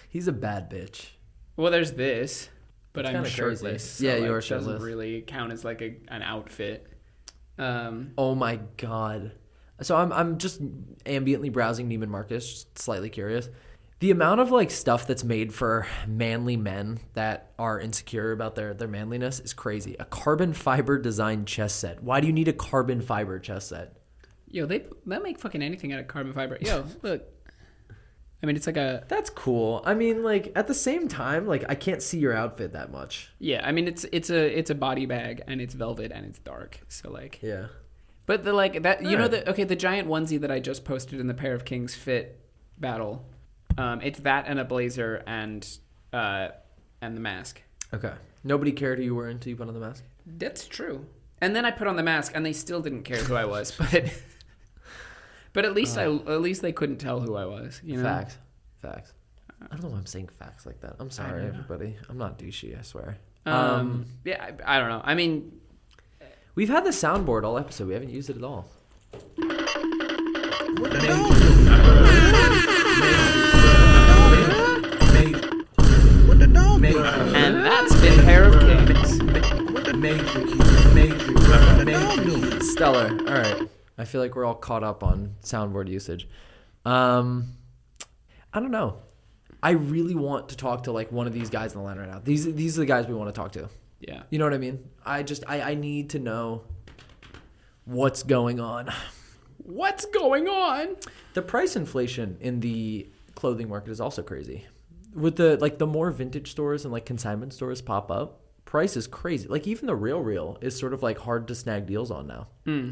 He's a bad bitch.
Well, there's this, but
It's
I'm
kinda crazy.
shirtless.
Yeah, you
like,
are
Doesn't
shirtless.
really count as like a, an outfit. Um,
Oh my god. So I'm I'm just ambiently browsing Neiman Marcus, just slightly curious. The amount of like stuff that's made for manly men that are insecure about their their manliness is crazy. A carbon fiber designed chess set. Why do you need a carbon fiber chess set?
yo, they they'll make fucking anything out of carbon fiber. Yo, look. I mean, it's like a
That's cool. I mean, like at the same time, like I can't see your outfit that much.
yeah. I mean, it's it's a it's a body bag and it's velvet and it's dark. So like,
Yeah.
But the like that you know
Alright.
the okay the giant onesie that I just posted in the pair of kings fit battle, um, it's that and a blazer and uh, and the mask.
Okay. Nobody cared who you were until you put on the mask.
That's true. And then I put on the mask and they still didn't care who I was, but but at least I at least they couldn't tell who I was. You know.
Facts. Facts. I don't know why I'm saying facts like that. I'm sorry, everybody. I'm not douchey, I swear.
Um, yeah, I, I don't know. I mean,
We've had the soundboard all episode. We haven't used it at all.
What the dog doing?
Major,
What the dog doing?
major,
and that's been pair of kings.
major key, major key.
the dog do?
Stellar. All right. I feel like we're all caught up on soundboard usage. Um, I don't know. I really want to talk to like one of these guys in the line right now. These these are the guys we want to talk to.
Yeah.
You know what I mean? I just I, I need to know what's going on.
What's going on?
The price inflation in the clothing market is also crazy. With the like the more vintage stores and like consignment stores pop up, price is crazy. Like even the real real is sort of like hard to snag deals on now.
Hmm.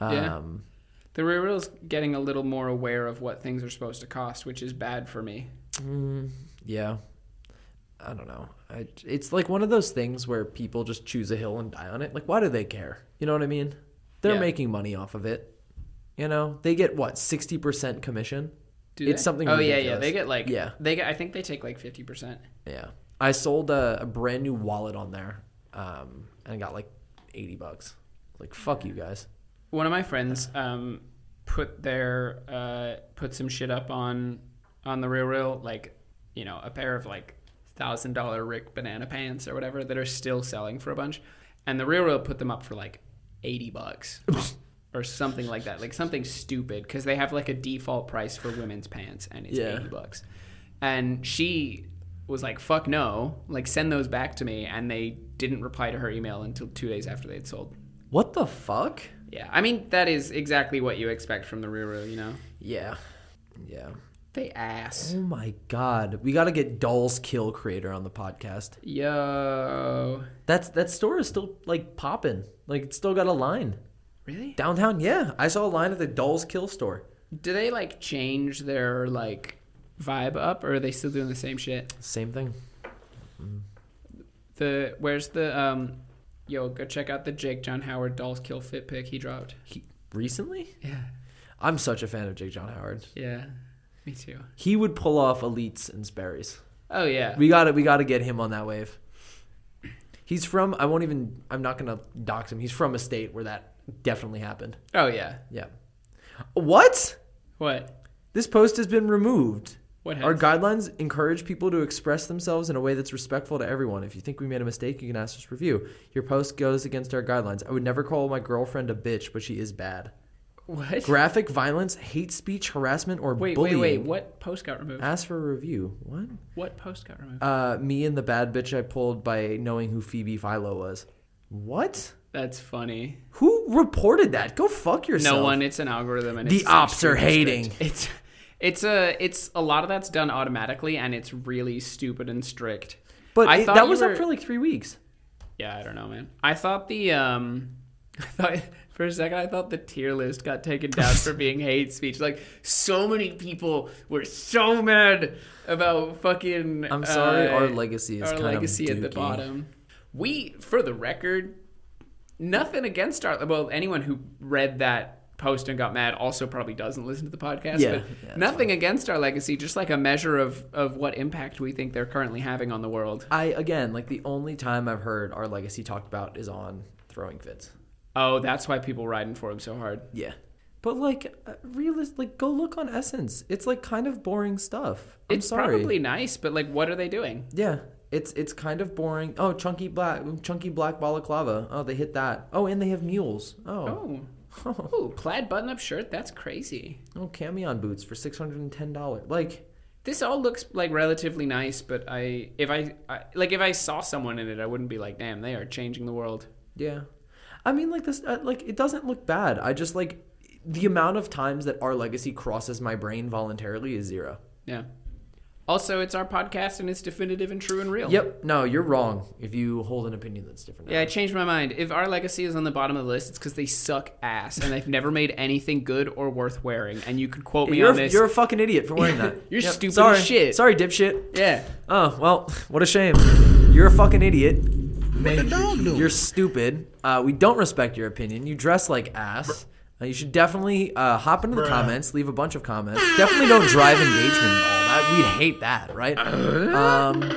Yeah.
Um
The reel's getting a little more aware of what things are supposed to cost, which is bad for me.
yeah. I don't know. I, it's like one of those things where people just choose a hill and die on it. Like, why do they care? You know what I mean? They're
Yeah.
making money off of it. You know, they get what sixty percent commission.
Do
it's
they?
something.
Oh yeah, yeah.
ridiculous.
They get like
yeah.
They get. I think they take like fifty percent.
Yeah. I sold a, a brand new wallet on there um, and I got like 80 bucks. Like, fuck you guys.
One of my friends um, put their uh, put some shit up on on the real real like you know a pair of like thousand dollar Rick banana pants or whatever that are still selling for a bunch, and the real real put them up for like eighty bucks. Or something like that, like something stupid, because they have like a default price for women's pants, and it's
Yeah.
eighty bucks. And she was like, "Fuck no!" Like, send those back to me. And they didn't reply to her email until two days after they had sold.
What the fuck?
Yeah, I mean that is exactly what you expect from the Ruru, you know.
Yeah. Yeah.
They ass.
Oh my God. We got to get Doll's Kill Creator on the podcast.
Yo.
That's That store is still like popping. Like, it's still got a line.
Really?
Downtown, yeah. I saw a line at the Doll's Kill store.
Do they like change their like vibe up or are they still doing the same shit?
Same thing.
The where's the um yo, go check out the Jake John Howard Dolls Kill Fit pick he dropped.
He, recently?
Yeah.
I'm such a fan of Jake John Howard.
Yeah. Me too.
He would pull off elites and Sperry's.
Oh yeah.
We got to We got to get him on that wave. He's from. I won't even. I'm not gonna dox him. He's from a state where that definitely happened.
Oh yeah.
Yeah. What?
What?
This post has been removed.
What
Our
has-
guidelines encourage people to express themselves in a way that's respectful to everyone. If you think we made a mistake, you can ask us to review. Your post goes against our guidelines. I would never call my girlfriend a bitch, but she is bad.
What?
Graphic violence, hate speech, harassment, or
wait, wait,
bullying.
wait. What post got removed?
Ask for a review. What?
What post got removed?
uh, me and the bad bitch I pulled by knowing who Phoebe Philo was. What?
That's funny.
Who reported that? Go fuck yourself.
No one. It's an algorithm. And
The
it's
ops are
extremely
hating.
strict. It's it's a it's a lot of that's done automatically, and it's really stupid and strict.
But
I
it-
thought
that
you
was
were-
up for like three weeks.
Yeah, I don't know, man. I thought the um, I thought for a second I thought the tier list got taken down for being hate speech. Like so many people were so mad about fucking.
I'm sorry,
uh,
our legacy is
our
kind of
legacy at the
dookie.
bottom. We, for the record, nothing against our. Well, anyone who read that post and got mad also probably doesn't listen to the podcast.
Yeah,
but
yeah, that's
nothing against our legacy, just like a measure of of what impact we think they're currently having on the world.
I again, like the only time I've heard our legacy talked about is on throwing fits.
Oh, that's why people riding for him so hard.
Yeah. But like, uh, realist, like go look on Essence. It's like kind of boring stuff. I'm
it's
sorry.
probably nice, but like, what are they doing?
Yeah, it's it's kind of boring. Oh, chunky black, chunky black balaclava. Oh, they hit that. Oh, and they have mules. Oh,
Oh, oh, plaid button-up shirt. That's crazy.
oh, camion boots for six hundred and ten dollars. Like.
This all looks like relatively nice, but I, if I, I, like, if I saw someone in it, I wouldn't be like, damn, they are changing the world.
Yeah, I mean, like this, uh, like it doesn't look bad. I just like the amount of times that our legacy crosses my brain voluntarily is zero.
Yeah. Also, it's our podcast and it's definitive and true and real.
Yep. No, you're wrong. If you hold an opinion that's different.
Yeah, I changed my mind. If our legacy is on the bottom of the list, it's because they suck ass and they've never made anything good or worth wearing. And you could quote me
you're,
on this.
you're a fucking idiot for wearing that.
You're stupid as
Sorry.
shit.
Sorry, dipshit.
yeah.
Oh well, what a shame. You're a fucking idiot.
What the dog do?
You're stupid. Uh, we don't respect your opinion. You dress like ass. Uh, you should definitely uh, hop into the comments, leave a bunch of comments. Definitely don't drive engagement and all that. We'd hate that, right? Um,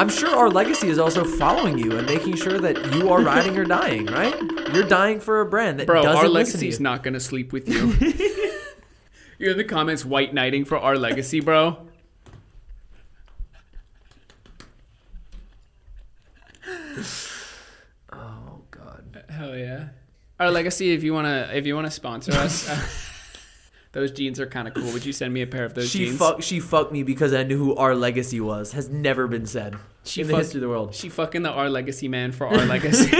I'm sure our legacy is also following you and making sure that you are riding or dying, right? You're dying for a brand that
Bro,
doesn't
our
listen to
legacy's
you.
not going to sleep with you. you're in the comments white knighting for our legacy, bro.
oh God. Oh,
Hell yeah. our legacy. If you wanna, if you wanna sponsor us, uh, those jeans are kind of cool. Would you send me a pair of those
She
jeans?
fuck, she fucked me because I knew who our legacy was. Has never been said
She
in the
fucked-
history of the world.
She fucking the our legacy man for our legacy.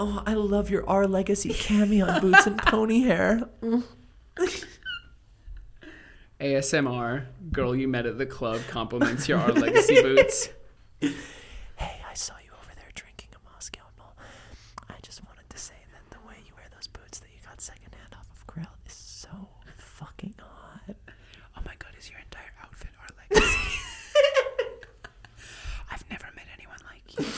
Oh, I love your our legacy cameo boots and pony hair.
ASMR girl you met at the club compliments your our legacy boots.
Hey, I saw you over there drinking a Moscow Mule. I just wanted to say that the way you wear those boots that you got secondhand off of Grill is so fucking hot.
Oh my god, is your entire outfit our legacy? I've never met anyone like you.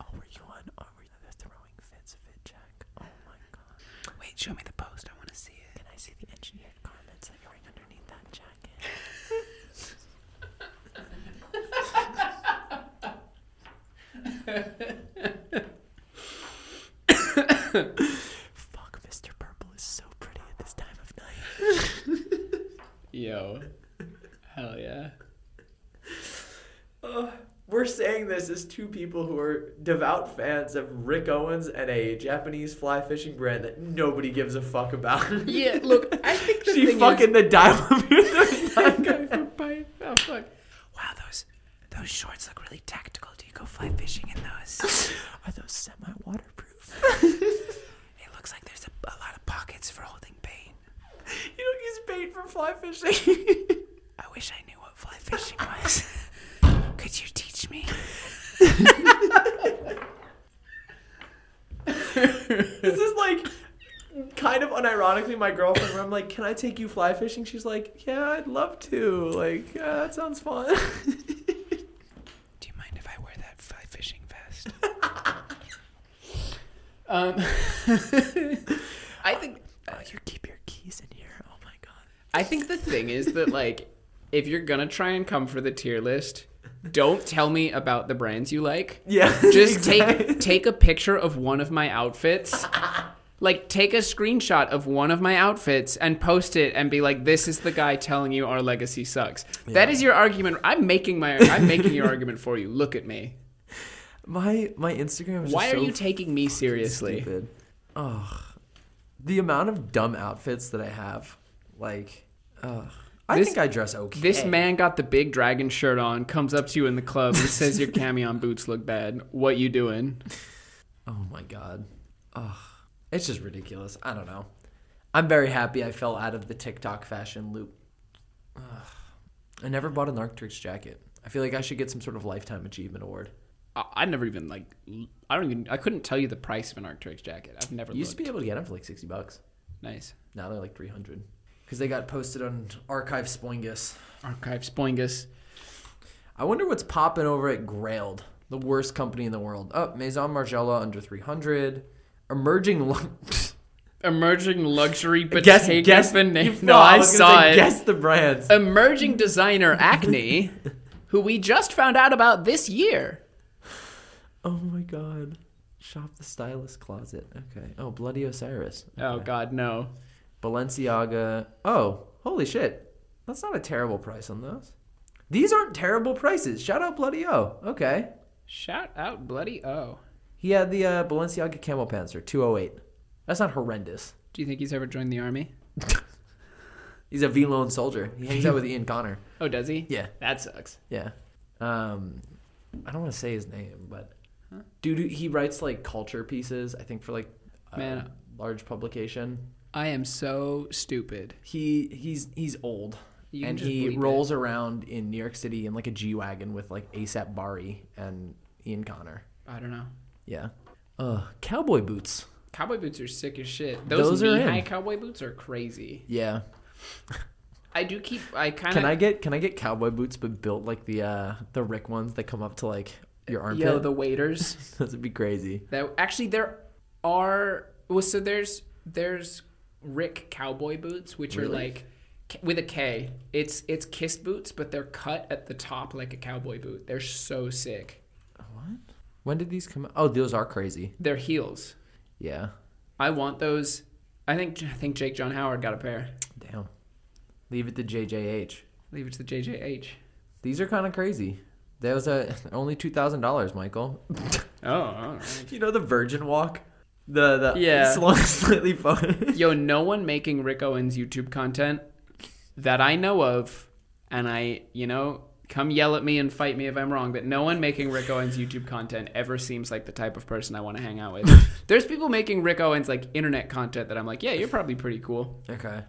Oh, were you on? Oh, were you they're throwing fits, fit check? Oh my god.
Wait, show me the post. I want to see it.
Can I see the engineered garments that you're wearing underneath that jacket? Fuck, Mr. Purple is so pretty at this time of night.
Yo, hell yeah.
We're saying this as two people who are devout fans of Rick Owens and a Japanese fly fishing brand that nobody gives a fuck about.
Yeah, look, I think the
she
thing
fucking the dial
Is, oh fuck.
Wow, those those shorts look really tactical. Do you go fly fishing in those? Are those semi waterproof? it looks like there's a, a lot of pockets for holding bait. You don't use bait for fly fishing. I wish I knew what fly fishing was. Could you teach me? this is like kind of unironically my girlfriend where I'm like, "Can I take you fly fishing?" She's like, "Yeah, I'd love to." Like, "Yeah, that sounds fun."
Do you mind if I wear that fly fishing vest? um, I think
Oh, you keep your keys in here. Oh my god.
I think the thing is that like if you're gonna try and come for the tier list, don't tell me about the brands you like.
Yeah.
Just take take a picture of one of my outfits. Like take a screenshot of one of my outfits and post it and be like, "This is the guy telling you our legacy sucks." That is your argument. I'm making my I'm making your argument for you. Look at me.
my my Instagram is
Why
just
are
so
you taking me seriously?
stupid. Ugh. The amount of dumb outfits that I have, like, ugh. I
This-
think I dress okay.
This man got the big dragon shirt on, comes up to you in the club and says your camion boots look bad. What you doing?
Oh my god. Ugh. It's just ridiculous. I don't know. I'm very happy I fell out of the TikTok fashion loop. Ugh. I never bought an Arcturus jacket. I feel like I should get some sort of lifetime achievement award.
I, I never even like. l- I don't even. I couldn't tell you the price of an Arcturus jacket. I've never
You used to
looked.
be able to get them for like 60 bucks.
nice
Now they're like 300 because they got posted on Archive Spoingus.
archive Spoingus.
I wonder what's popping over at Grailed, the worst company in the world. Up, Maison Margiela under 300. Emerging. Lu-
Emerging luxury
guess,
Bottega
guess
Veneta.
No,
No, I,
was gonna
saw
say
it.
Guess the brands.
Emerging designer Acne, who we just found out about this year.
Oh my god. Shop the stylist closet. Okay. Oh, Bloody Osiris.
Oh God, no.
Balenciaga. Oh, holy shit. That's not a terrible price on those. These aren't terrible prices. Shout out Bloody O. Okay.
Shout out bloody oh.
He had the uh, Balenciaga camo pants for 208. That's not horrendous.
Do you think he's ever joined the army?
He's a V lone soldier. He hangs out with Ian Connor.
Oh, does he?
Yeah.
That sucks.
Yeah. Um, I don't want to say his name, but dude, he writes like culture pieces. I think for like a
Man.
large publication.
I am so stupid.
he he's he's old
You can
and
just
he
bleep
rolls around in New York City in like a G wagon with like ASAP Bari and Ian Connor.
I don't know.
Yeah. Uh, cowboy boots.
Cowboy boots are sick as shit. Those,
Those are
knee-high
in.
cowboy boots are crazy.
Yeah.
I do keep. I kind of.
Can I get can I get cowboy boots but built like the uh the Rick ones that come up to like your armpit?
Yo, the waiters.
Those would be crazy.
that actually there are. Well, so there's there's Rick cowboy boots, which are like K- with a K. It's it's kiss boots, but they're cut at the top like a cowboy boot. They're so sick.
What? When did these come out? Oh, those are crazy.
They're heels.
Yeah.
I want those. I think I think Jake John Howard got a pair.
Damn. Leave it to JJH.
Leave it to the JJH.
These are kind of crazy. That was a only two thousand dollars, Michael.
Oh, all right.
you know the Virgin Walk, the the
Yeah.
slow, slightly fun.
yo, no one making Rick Owens YouTube content that I know of, and I, you know, come yell at me and fight me if I'm wrong, but no one making Rick Owens YouTube content ever seems like the type of person I want to hang out with. There's people making Rick Owens like internet content that I'm like, yeah, you're probably pretty cool,
okay.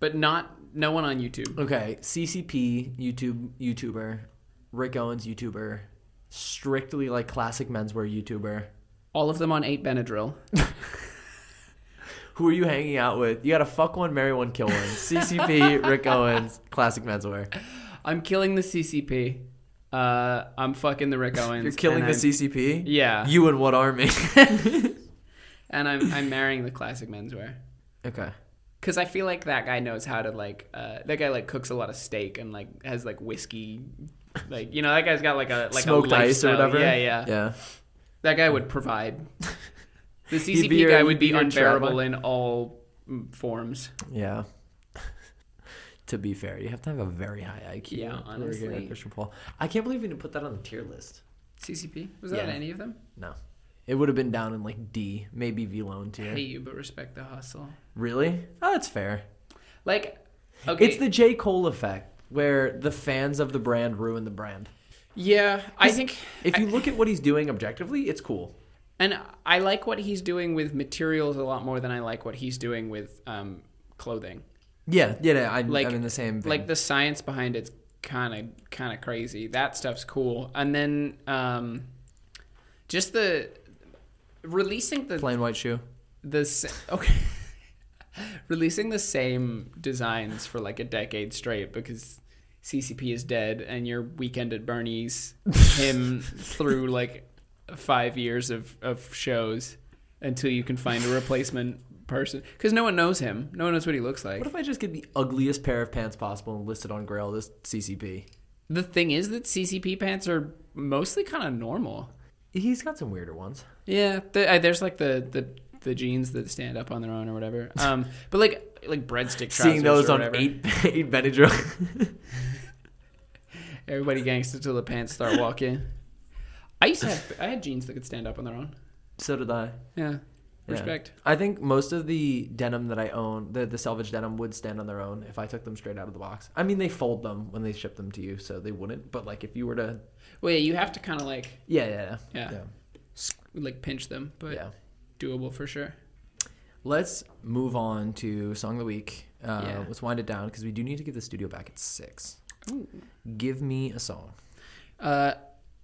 but not no one on YouTube.
Okay, CCP YouTube YouTuber, Rick Owens YouTuber, strictly like classic menswear YouTuber.
All of them on eight Benadryl.
Who are you hanging out with? You gotta fuck one, marry one, kill one. CCP, Rick Owens, classic menswear.
I'm killing the CCP. Uh, I'm fucking the Rick Owens.
You're killing
and
the
I'm-
CCP.
Yeah.
You and what army?
and I'm I'm marrying the classic menswear.
okay.
Cause I feel like that guy knows how to like uh, that guy like cooks a lot of steak and like has like whiskey, like you know that guy's got like a like
Smoked
a
ice or
lifestyle.
whatever.
Yeah, yeah,
Yeah.
That guy would provide. The CCP
be your-
guy would
he'd be
be
your
unbearable
traveler.
in all mm, forms.
Yeah. to be fair, you have to have a very high IQ.
Yeah,
to really get
honestly.
Christian Paul. I can't believe we didn't put that on the tier list.
CCP was that
Yeah.
any of them?
No. It would have been down in like D, maybe V loan tier.
Hate you, but respect the hustle.
Really? Oh, that's fair.
Like, okay,
It's the J. Cole effect where the fans of the brand ruin the brand.
yeah. I think
If you look at what he's doing objectively, it's cool.
And I like what he's doing with materials a lot more than I like what he's doing with um, clothing.
Yeah, yeah, yeah I'm,
Like
I'm in the same. Vein.
Like the science behind it's kind of kind of crazy. That stuff's cool. And then um, just the releasing the
plain white shoe.
the s- okay releasing the same designs for like a decade straight because CCP is dead and your weekend at Bernie's him through like five years of of shows until you can find a replacement person because no one knows him no one knows what he looks like
What if I just get the ugliest pair of pants possible and list it on Grail this CCP?
the thing is that CCP pants are mostly kind of normal
He's got some weirder ones.
Yeah, the, uh, there's like the, the the jeans that stand up on their own or whatever. Um, but like like breadstick trousers
Seeing those
or
on
whatever.
eight eight Benadryl.
Everybody gangster till the pants start walking. I used to have I had jeans that could stand up on their own.
so did I.
Yeah,
Yeah.
respect.
I think most of the denim that I own, the, the salvage denim, would stand on their own if I took them straight out of the box. I mean, they fold them when they ship them to you, so they wouldn't. But like, if you were to,
Well, yeah, you have to kind of like
yeah, yeah,
Yeah.
yeah.
s- like pinch them, but
Yeah.
doable for sure.
Let's move on to song of the week. Uh,
Yeah.
Let's wind it down because we do need to get the studio back at six.
Ooh.
Give me a song.
Uh,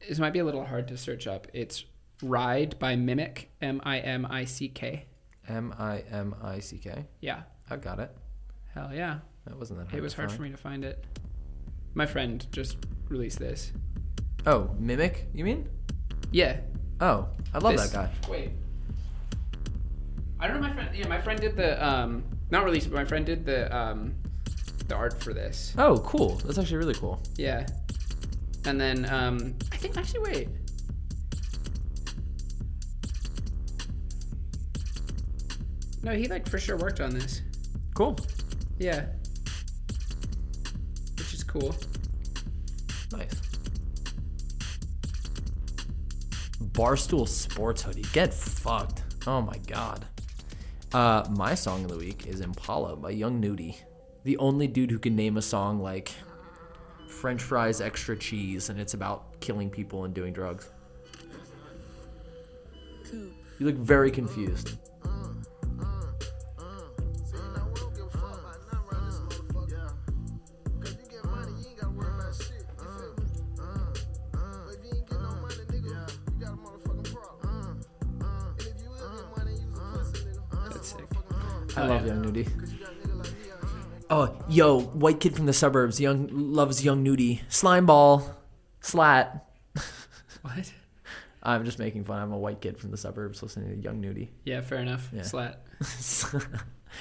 this might be a little hard to search up. It's Ride by Mimic M I M I C K.
M I M I C K.
Yeah,
I got it.
hell yeah.
That wasn't that hard.
It was
to
hard for
find.
me to find it. My friend just released this.
Oh, mimic. You mean?
Yeah.
Oh, I love
this-
that guy.
Wait. I don't know my friend yeah, my friend did the um not released, but my friend did the um the art for this.
Oh, cool. That's actually really cool.
Yeah. And then um I think actually wait. No, he like for sure worked on this.
Cool.
Yeah. Which is cool.
Nice. Barstool sports hoodie. Get fucked. Oh my god. Uh, my song of the week is Impala by Young Nudie. The only dude who can name a song like French fries, extra cheese, and it's about killing people and doing drugs. You look very confused.
That's sick.
I love Young Nudie. Oh, yo, white kid from the suburbs, young loves Young Nudie. Slime ball, slat.
What?
I'm just making fun. I'm a white kid from the suburbs listening to Young Nudie.
Yeah, fair enough.
Yeah.
Slat.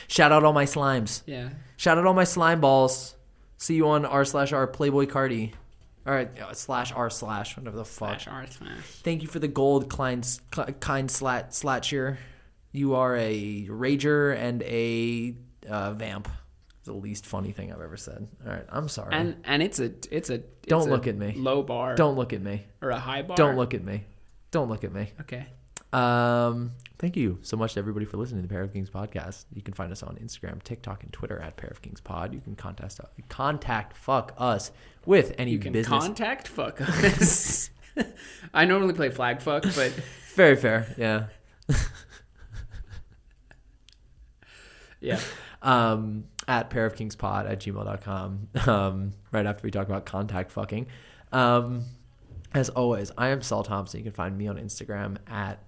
Shout out all my slimes.
Yeah.
Shout out all my slime balls. See you on r slash r Playboy Cardi. All right, uh, slash r slash whatever the fuck.
Slash art smash.
Thank you for the gold, Klein, Cl- kind slat slatcher. You are a rager and a uh, vamp. It's the least funny thing I've ever said. All right, I'm sorry.
and and it's a it's a it's
Don't
a
look at me.
low bar
Don't look at me.
or a high bar
Don't look at me. Don't look at me.
okay
Um, thank you so much to everybody for listening to the Pair of Kings podcast. You can find us on Instagram, TikTok, and Twitter at Pair of Kings Pod. You can contest contact fuck us with any
you can
business.
contact fuck us I normally play flag fuck but
Very fair, yeah.
yeah
Um, at Pair of Kings Pod at gmail.com. Um, right after we talk about contact fucking. Um, as always, I am Saul Thompson. You can find me on Instagram at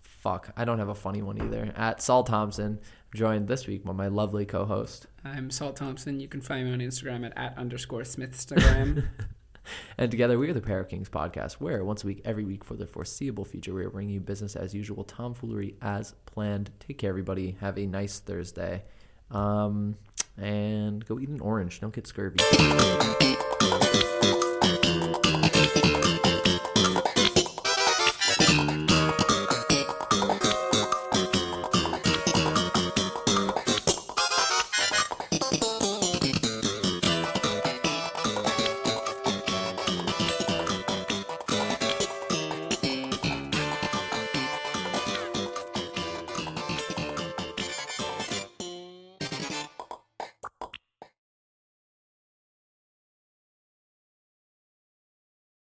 fuck. I don't have a funny one either. At Saul Thompson. I'm joined this week by my lovely co-host.
I'm Salt Thompson you can find me on Instagram at at underscore Smithstagram
And together we are the Pair of Kings podcast, where once a week, every week for the foreseeable future, we are bringing you business as usual, tomfoolery as planned. Take care, everybody. Have a nice Thursday. Um, and go eat an orange. Don't get scurvy.